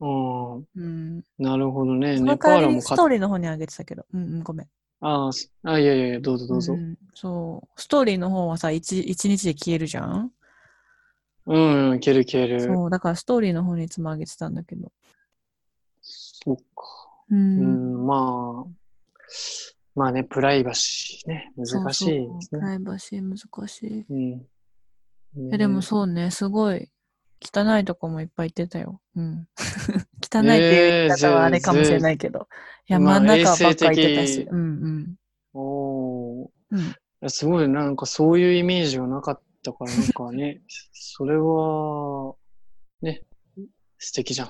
[SPEAKER 1] うん。
[SPEAKER 2] うん。
[SPEAKER 1] なるほどね。
[SPEAKER 2] その
[SPEAKER 1] ネパー
[SPEAKER 2] 代
[SPEAKER 1] ル
[SPEAKER 2] わり
[SPEAKER 1] も
[SPEAKER 2] ス
[SPEAKER 1] 買
[SPEAKER 2] ト
[SPEAKER 1] っ
[SPEAKER 2] ーリーの方にあげてたけど。うんうん、ごめん。
[SPEAKER 1] あーすあ、いやいやいや、どうぞどうぞ
[SPEAKER 2] う。ん、そう。ストーリーの方はさ、一一日で消えるじゃん
[SPEAKER 1] うん、うん、いけるいける。
[SPEAKER 2] そう、だからストーリーの方にいつもあげてたんだけど。
[SPEAKER 1] そっか。
[SPEAKER 2] う。
[SPEAKER 1] うんん、まあ、まあね、プライバシーね、
[SPEAKER 2] そうそう
[SPEAKER 1] 難しいです
[SPEAKER 2] プ
[SPEAKER 1] ね。
[SPEAKER 2] ライバシー難しい。
[SPEAKER 1] うん。
[SPEAKER 2] え、でも
[SPEAKER 1] ね
[SPEAKER 2] そうね、すごい、汚いとこもいっぱい行ってたよ。うん。 汚いっていう言い方はあれかもしれないけど。い
[SPEAKER 1] えー
[SPEAKER 2] や、
[SPEAKER 1] ま
[SPEAKER 2] 真
[SPEAKER 1] あ
[SPEAKER 2] ん中ばっか行ってた
[SPEAKER 1] 衛生
[SPEAKER 2] し。
[SPEAKER 1] 的
[SPEAKER 2] うん
[SPEAKER 1] おーい
[SPEAKER 2] うん。うん、
[SPEAKER 1] やすごい、なんかそういうイメージはなかったから、なんかね、 それは、ね、素敵じゃん。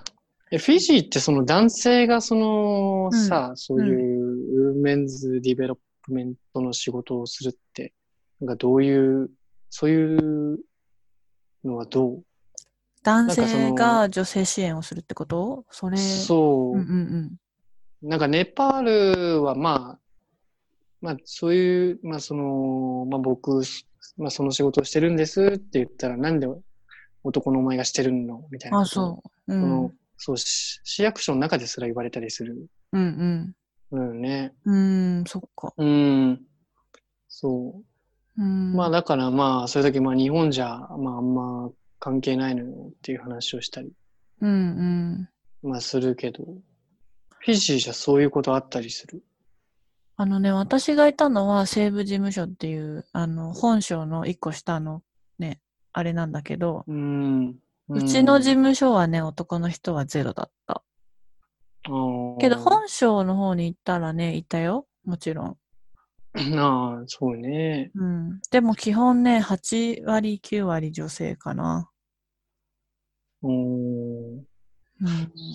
[SPEAKER 1] え、フィジーってその男性がその、
[SPEAKER 2] うん
[SPEAKER 1] さ、そういうウーメンズディベロップメントの仕事をするって、なんかどういう、そういうのはどう
[SPEAKER 2] 男
[SPEAKER 1] なんかそ
[SPEAKER 2] 性
[SPEAKER 1] の
[SPEAKER 2] が女性支援をするってことそれ。
[SPEAKER 1] そう。
[SPEAKER 2] うんうん
[SPEAKER 1] なんかネパールはまあ、まあそういう、まあその、まあ僕、まあその仕事をしてるんですって言ったらなんで男のお前がしてるのみたい
[SPEAKER 2] うん。
[SPEAKER 1] な。
[SPEAKER 2] あ、そう。う
[SPEAKER 1] そ
[SPEAKER 2] ん。う
[SPEAKER 1] のそうし、市役所の中ですら言われたりする。
[SPEAKER 2] ん
[SPEAKER 1] うんね。
[SPEAKER 2] うん。うん、そっか。
[SPEAKER 1] うん。そう。
[SPEAKER 2] うん。
[SPEAKER 1] まあだからまあそういう時まあ日本じゃまああんま関係ないのよっていう話をしたり、
[SPEAKER 2] うんうん。
[SPEAKER 1] まあするけど、フィジーじゃそういうことあったりする。
[SPEAKER 2] あのね、私がいたのは西部事務所っていう、あの、本省の一個下のね、あれなんだけど、
[SPEAKER 1] うん。
[SPEAKER 2] うちの事
[SPEAKER 1] 分
[SPEAKER 2] 務所はね、男の人はゼロだった。けど、本省の方に行ったらね、いたよ。もちろん。
[SPEAKER 1] なあ、そうね。
[SPEAKER 2] うん。でも基本ね、8割、9割女性かな。
[SPEAKER 1] うーん、
[SPEAKER 2] うん。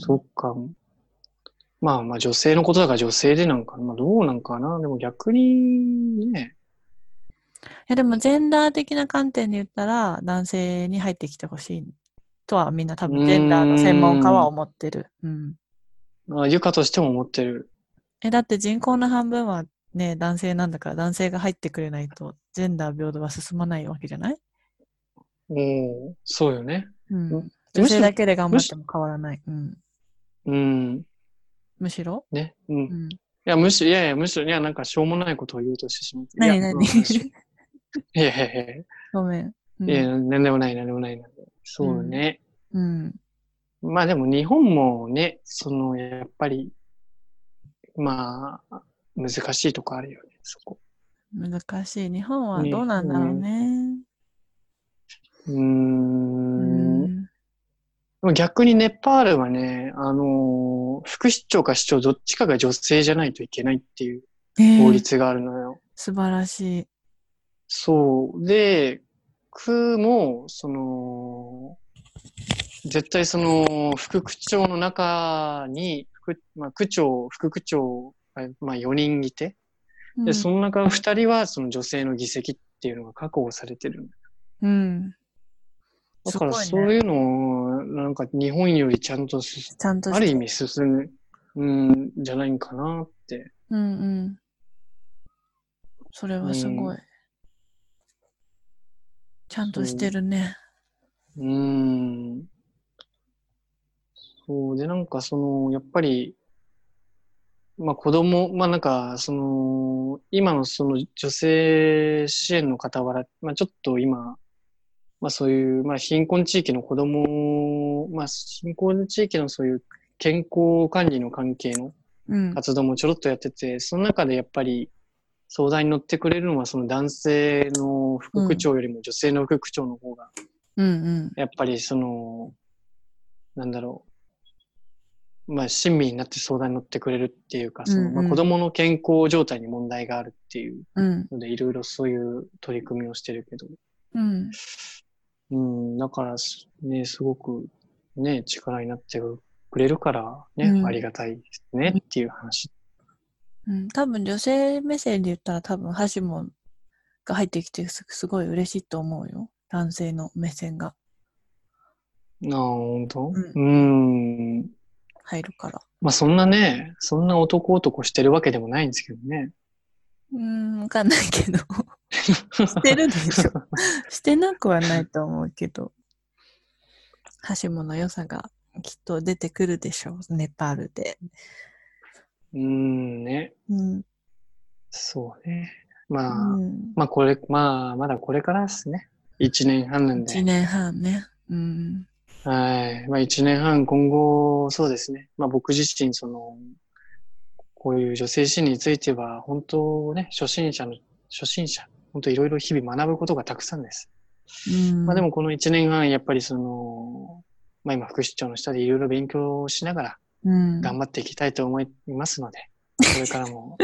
[SPEAKER 1] そっか。まあまあ女性のことだから女性でなんか、まあどうなんかな。でも逆にね、
[SPEAKER 2] いや、でも、ジェンダー的な観点で言ったら、男性に入ってきてほしいとは、みんな多分、ジェンダーの専門家は思ってる。うん。
[SPEAKER 1] あゆかとしても思ってる。
[SPEAKER 2] え、だって人口の半分はね、男性なんだから、男性が入ってくれないと、ジェンダー平等は進まないわけじゃない
[SPEAKER 1] おお、そうよね。
[SPEAKER 2] うん。
[SPEAKER 1] ろ
[SPEAKER 2] 女性だけで頑張っても変わらない。うん。
[SPEAKER 1] うん。
[SPEAKER 2] むしろ
[SPEAKER 1] ね。うん。
[SPEAKER 2] う
[SPEAKER 1] い
[SPEAKER 2] ん。
[SPEAKER 1] や、むしろ、いやいや、むしろ、いや、なんかしょうもないことを言おうとしてしまって。
[SPEAKER 2] 何
[SPEAKER 1] いや
[SPEAKER 2] 何
[SPEAKER 1] いやいやいやい
[SPEAKER 2] ごめん。うん
[SPEAKER 1] や、いや、なんでもない、なんでもない。なんでもないそうね。
[SPEAKER 2] うん。
[SPEAKER 1] まあでも日本もね、その、やっぱり、まあ、難しいとこあるよね、そこ。
[SPEAKER 2] 難しい。日本はどうなんだろうね。
[SPEAKER 1] うー。
[SPEAKER 2] うんん。
[SPEAKER 1] でも逆にネパールはね、あのー副市長か市長どっちかが女性じゃないといけないっていう
[SPEAKER 2] え
[SPEAKER 1] 法
[SPEAKER 2] え
[SPEAKER 1] 律があるのよ。
[SPEAKER 2] 素晴らしい。
[SPEAKER 1] そう。で、区も、その、絶対その、副区長の中に、副まあ、区長、副区長、あまあ、4人いて、
[SPEAKER 2] う
[SPEAKER 1] で、
[SPEAKER 2] ん
[SPEAKER 1] その中2人はその女性の議席っていうのが確保されてるの。
[SPEAKER 2] うん。
[SPEAKER 1] だから
[SPEAKER 2] す
[SPEAKER 1] そ
[SPEAKER 2] ごいうね
[SPEAKER 1] いうのを、なんか日本よりちゃんと進
[SPEAKER 2] ちゃんと
[SPEAKER 1] む、
[SPEAKER 2] し
[SPEAKER 1] ある
[SPEAKER 2] て
[SPEAKER 1] 意味進む、うん、じゃないんかなって。
[SPEAKER 2] うんうん。それはすごい。ちゃんとしてるね。
[SPEAKER 1] うーん。そう。で、なんかその、やっぱり、まあ子供、まあなんか、その、今のその女性支援の傍ら、まあちょっと今、まあそういう、まあ貧困地域の子供を、まあ貧困地域のそういう健康管理の関係の
[SPEAKER 2] うん。
[SPEAKER 1] 活動もちょろっとやってて、その中でやっぱり相談に乗ってくれるのはその男性の副区長よりも女性の副区長の方が、
[SPEAKER 2] うんうん。
[SPEAKER 1] やっぱりその、なんだろう。まあ、親身になって相談に乗ってくれるっていうか、その、
[SPEAKER 2] うんうん
[SPEAKER 1] まあ、子供の健康状態に問題があるっていう
[SPEAKER 2] うん。
[SPEAKER 1] ので、いろいろそういう取り組みをしてるけど。
[SPEAKER 2] うん。
[SPEAKER 1] うん、だからす、ね、すごく、ね、力になってくれるから、ね、
[SPEAKER 2] うん
[SPEAKER 1] ありがたいですねっていう話。
[SPEAKER 2] うん、多分女性目線で言ったら多分ハシモンが入ってきてすすごい嬉しいと思うよ。男性の目線が
[SPEAKER 1] ああ、本当
[SPEAKER 2] う
[SPEAKER 1] うん。
[SPEAKER 2] 入るから。
[SPEAKER 1] まあ、そんなね、そんな男男してるわけでもないんですけどね。
[SPEAKER 2] うーん、わかんない けど。してるでしょ。してなくはないと思うけど。ハシモの良さがきっと出てくるでしょう。ネパールで。
[SPEAKER 1] うん、ね。
[SPEAKER 2] うん。
[SPEAKER 1] そうね。まあ、
[SPEAKER 2] うん。
[SPEAKER 1] まあこれ、まあまだこれからですね。一年半なん
[SPEAKER 2] 1
[SPEAKER 1] で。
[SPEAKER 2] 年半ね。うん。
[SPEAKER 1] はい。まあ一年半今後、そうですね。まあ僕自身、その、こういう女性支援については、本当ね、初心者の、初心者、本当いろいろ日々学ぶことがたくさんです。
[SPEAKER 2] うん、
[SPEAKER 1] まあでもこの一年半、やっぱりその、まあ今副市長の下でいろいろ勉強をしながら
[SPEAKER 2] うん、
[SPEAKER 1] 頑
[SPEAKER 2] あ
[SPEAKER 1] 張っていきたいと思います ので、これからも、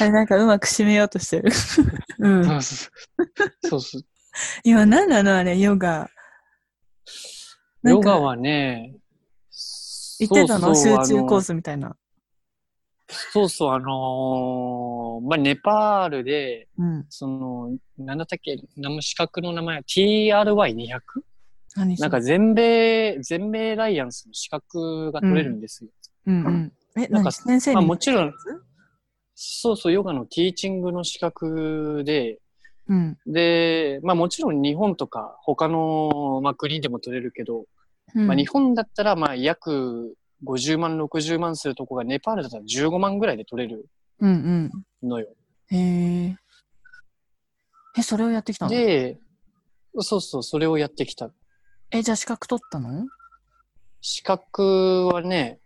[SPEAKER 2] れなんかうまく締めようとしてる。う ん。
[SPEAKER 1] そうそうそう。
[SPEAKER 2] 今何なのあれ、ヨガ。なん
[SPEAKER 1] ヨ
[SPEAKER 2] か
[SPEAKER 1] ガはね、
[SPEAKER 2] 言ってた
[SPEAKER 1] そ
[SPEAKER 2] の
[SPEAKER 1] うそう
[SPEAKER 2] 集中コー
[SPEAKER 1] あの
[SPEAKER 2] スみたいな。
[SPEAKER 1] そうそう、あのーまあ、ネパールで、
[SPEAKER 2] うん。
[SPEAKER 1] その、なんだったっけ、なん資格の名前は TRY200?
[SPEAKER 2] 何そ
[SPEAKER 1] な
[SPEAKER 2] れ
[SPEAKER 1] んか、全米、全米ライアンスの資格が取れるんですよ。
[SPEAKER 2] うんうん。え、
[SPEAKER 1] な
[SPEAKER 2] なん
[SPEAKER 1] か
[SPEAKER 2] んか先生に。
[SPEAKER 1] まあもちろん。そうそう、ヨガのティーチングの資格で、
[SPEAKER 2] うん。
[SPEAKER 1] で、まあもちろん日本とか他の、まあ、国でも取れるけど、
[SPEAKER 2] うん
[SPEAKER 1] まあ日本だったらまあ約50万、60万するとこがネパールだったら15万ぐらいで取れる
[SPEAKER 2] うん
[SPEAKER 1] のよ。
[SPEAKER 2] うん。へえ。え、それをやってきたの
[SPEAKER 1] で、そうそう、それをやってきた。
[SPEAKER 2] え、じゃあ資格取ったの
[SPEAKER 1] 資格はね、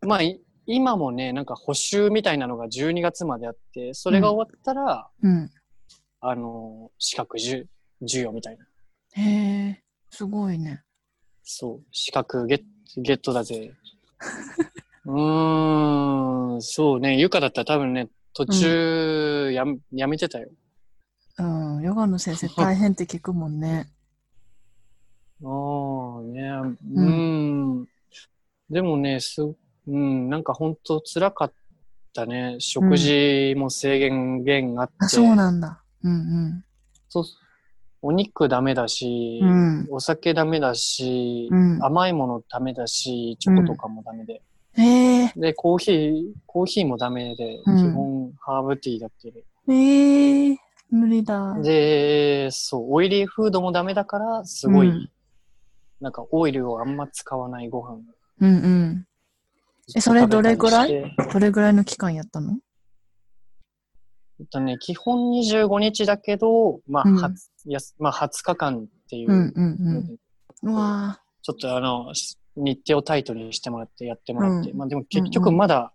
[SPEAKER 1] まあ、い今もね、なんか補習みたいなのが12月まであって、それが終わったら、
[SPEAKER 2] うん。
[SPEAKER 1] あの、資格授授与みたいな。
[SPEAKER 2] へえ。すごいね。
[SPEAKER 1] そう、資格ゲッゲットだ ぜ。うーん、そうね、ゆかだったら多分ね、途中や,、やめてたよ。
[SPEAKER 2] うん。ヨガの先生大変って聞くも んね。
[SPEAKER 1] ああ、ね、うーん。でもね、す、うん、なんか本当辛かったね。食事も制限減があって、
[SPEAKER 2] あ、そうなんだ。うん
[SPEAKER 1] そうお肉ダメだし、
[SPEAKER 2] うん。うん。
[SPEAKER 1] お酒ダメだし、
[SPEAKER 2] うん
[SPEAKER 1] 甘いものダメだし、チョコとかもダメで。
[SPEAKER 2] へえ。
[SPEAKER 1] で、コーヒー、コーヒーもダメで、
[SPEAKER 2] うん
[SPEAKER 1] 基本ハーブティーだって、
[SPEAKER 2] ええ。無理だ。
[SPEAKER 1] で、そう、オイリーフードもダメだから、すごい、
[SPEAKER 2] うん
[SPEAKER 1] なんかオイルをあんま使わないご飯。
[SPEAKER 2] うんうん。えそれどれぐらい
[SPEAKER 1] 食べたりして
[SPEAKER 2] どれぐらいの期間やったの
[SPEAKER 1] えっとね、基本25日だけど、まあ、
[SPEAKER 2] うん
[SPEAKER 1] はつやすまあ、20日間っていうう、
[SPEAKER 2] んうんうん。うわ
[SPEAKER 1] ちょっとあの、し日程をタイトにしてもらってやってもらって、
[SPEAKER 2] うん
[SPEAKER 1] まあでも結局まだ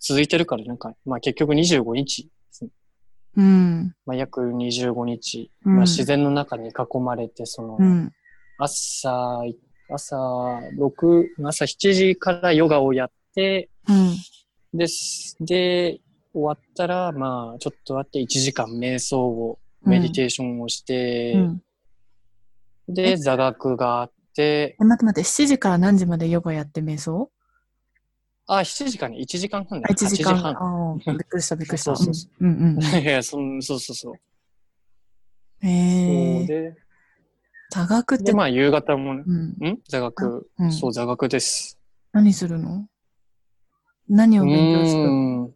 [SPEAKER 1] 続いてるから、なんか、まあ結局25日ですね、
[SPEAKER 2] ーうん。
[SPEAKER 1] まあ約25日、
[SPEAKER 2] うん
[SPEAKER 1] まあ自然の中に囲まれて、その、
[SPEAKER 2] うん。
[SPEAKER 1] 朝行っ朝6、朝7時からヨガをやって、
[SPEAKER 2] うん。
[SPEAKER 1] です。で、終わったら、まあ、ちょっとあって1時間瞑想を、メディテーションをして、
[SPEAKER 2] うん
[SPEAKER 1] で、座学があって、
[SPEAKER 2] え、待って待って、7時から何時までヨガやって瞑想
[SPEAKER 1] あ、7時間ね、1時間半ね。
[SPEAKER 2] あ、1時間。
[SPEAKER 1] 8半。
[SPEAKER 2] ああ、びっくりした、びっくりした。
[SPEAKER 1] そうそうそ
[SPEAKER 2] うんうん
[SPEAKER 1] いや、そんそうそうそう。
[SPEAKER 2] うん。へ
[SPEAKER 1] そう
[SPEAKER 2] え。
[SPEAKER 1] で、
[SPEAKER 2] 座学って
[SPEAKER 1] で、、まあ、夕方もね、
[SPEAKER 2] うん。
[SPEAKER 1] ん座学、
[SPEAKER 2] うん
[SPEAKER 1] そう、座学です。
[SPEAKER 2] 何するの何
[SPEAKER 1] う
[SPEAKER 2] を勉強するの
[SPEAKER 1] ーん。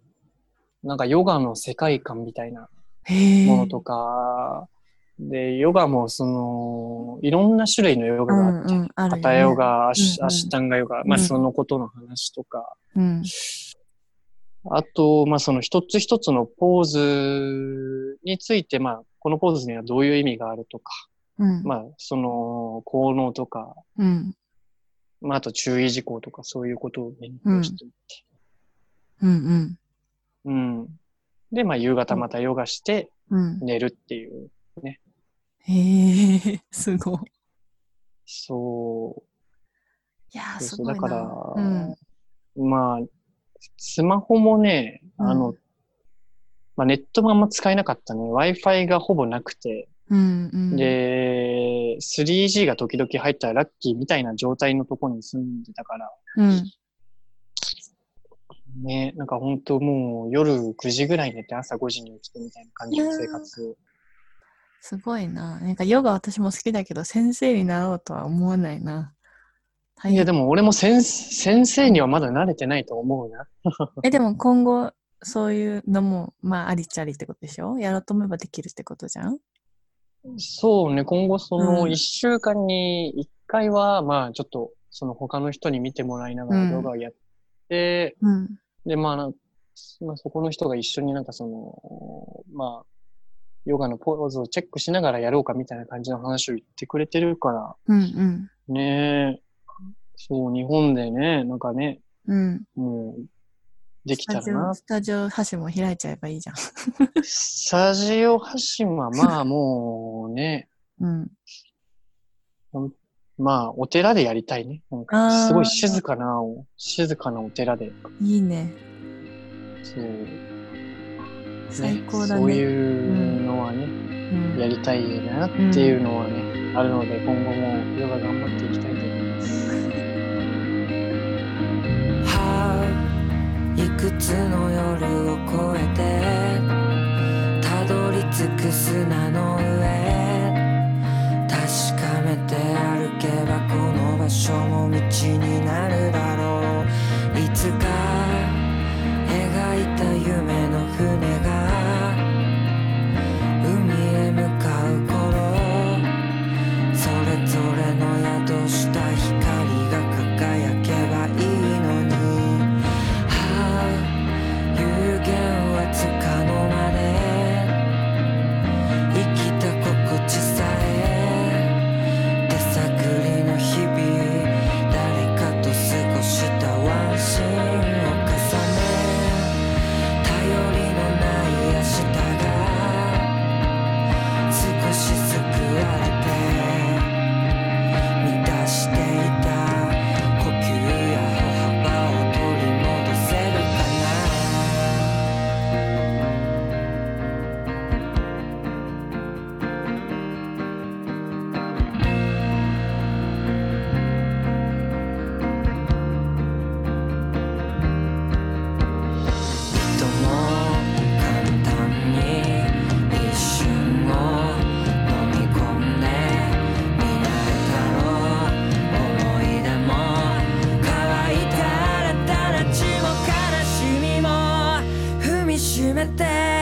[SPEAKER 1] なんか、ヨガの世界観みたいな
[SPEAKER 2] へえ。
[SPEAKER 1] ものとか、で、ヨガも、その、いろんな種類のヨ
[SPEAKER 2] う
[SPEAKER 1] ガがあって、
[SPEAKER 2] んうん、あるよね
[SPEAKER 1] 片ヨガ、アシ
[SPEAKER 2] うんうん
[SPEAKER 1] アシタンガヨガ、まあ
[SPEAKER 2] うん
[SPEAKER 1] そのことの話とか、
[SPEAKER 2] うん。
[SPEAKER 1] あと、まあその一つ一つのポーズについて、まあこのポーズにはどういう意味があるとか、
[SPEAKER 2] うん。
[SPEAKER 1] まあその効能とか、
[SPEAKER 2] うん。
[SPEAKER 1] まああと注意事項とかそういうことを勉強して、
[SPEAKER 2] うん。
[SPEAKER 1] うん。で、まあ夕方またヨガして
[SPEAKER 2] うん。うん。
[SPEAKER 1] 寝るっていう、
[SPEAKER 2] へえ、 すごい。
[SPEAKER 1] そう、
[SPEAKER 2] いや
[SPEAKER 1] そ
[SPEAKER 2] ー、
[SPEAKER 1] う
[SPEAKER 2] す
[SPEAKER 1] そう
[SPEAKER 2] ごいな。
[SPEAKER 1] だから
[SPEAKER 2] うん。
[SPEAKER 1] まあ、スマホもね、あの、
[SPEAKER 2] う
[SPEAKER 1] まあネットもあんま使えなかったね。Wi-Fi がほぼなくて、
[SPEAKER 2] うん。うん、
[SPEAKER 1] で、3G が時々入ったらラッキーみたいな状態のとこに住んでたから、
[SPEAKER 2] うん。
[SPEAKER 1] ね、なんか本当もう夜9時ぐらい寝て朝5時に起きてみたいな感じの生活。
[SPEAKER 2] すごいな。なんかヨガ私も好きだけど、先生になろうとは思わないな。大
[SPEAKER 1] い
[SPEAKER 2] 変
[SPEAKER 1] やでも俺も先先生にはまだ慣れてないと思うな。
[SPEAKER 2] え、でも今後、そういうのも、まあ、ありっちゃありってことでしょやろうと思えばできるってことじゃん
[SPEAKER 1] そうね、今後その
[SPEAKER 2] うん
[SPEAKER 1] 1週間に1回は、まあちょっとその他の人に見てもらいなが
[SPEAKER 2] う
[SPEAKER 1] ら
[SPEAKER 2] ん
[SPEAKER 1] 動画をやって、
[SPEAKER 2] うん。
[SPEAKER 1] でまあな、まあ、そこの人が一緒になんかその、まあ、ヨガのポーズをチェックしながらやろうかみたいな感じの話を言ってくれてるから、
[SPEAKER 2] うん
[SPEAKER 1] ねえ、そう、日本でね、なんかね、
[SPEAKER 2] うん。うん。
[SPEAKER 1] もう、できた
[SPEAKER 2] スタジ
[SPEAKER 1] らな
[SPEAKER 2] オ、。スタジオ箸も開いちゃえばいいじゃん。
[SPEAKER 1] スタジオ発信はまあもうね、
[SPEAKER 2] うん。
[SPEAKER 1] まあお寺でやりたいね。なん
[SPEAKER 2] あ
[SPEAKER 1] か
[SPEAKER 2] ー
[SPEAKER 1] すごい静かな、静かなお寺で。
[SPEAKER 2] いいね。
[SPEAKER 1] そう、ね、
[SPEAKER 2] 最高だね。
[SPEAKER 1] そういうのはね、
[SPEAKER 2] うん
[SPEAKER 1] やりたいなっていうのはね、あるので今後もヨガ頑張っていきたいと思います。
[SPEAKER 3] はいくつの夜を越えてたどり着く砂の上確かめて歩けばこの場所も道になるだろういつか描いた夢の船が海へ向かう頃それぞれの宿した光が輝けばいいのにはあ有限はつかの間で生きた心地さえ手探りの日々誰かと過ごしたワンシーンを重ね頼りのない明日が少し救われて満たしていた呼吸や歩幅を取り戻せるかなとも簡単に一瞬を飲み込んで見慣れたろう思い出も乾いたらたら血も悲しみも踏みしめて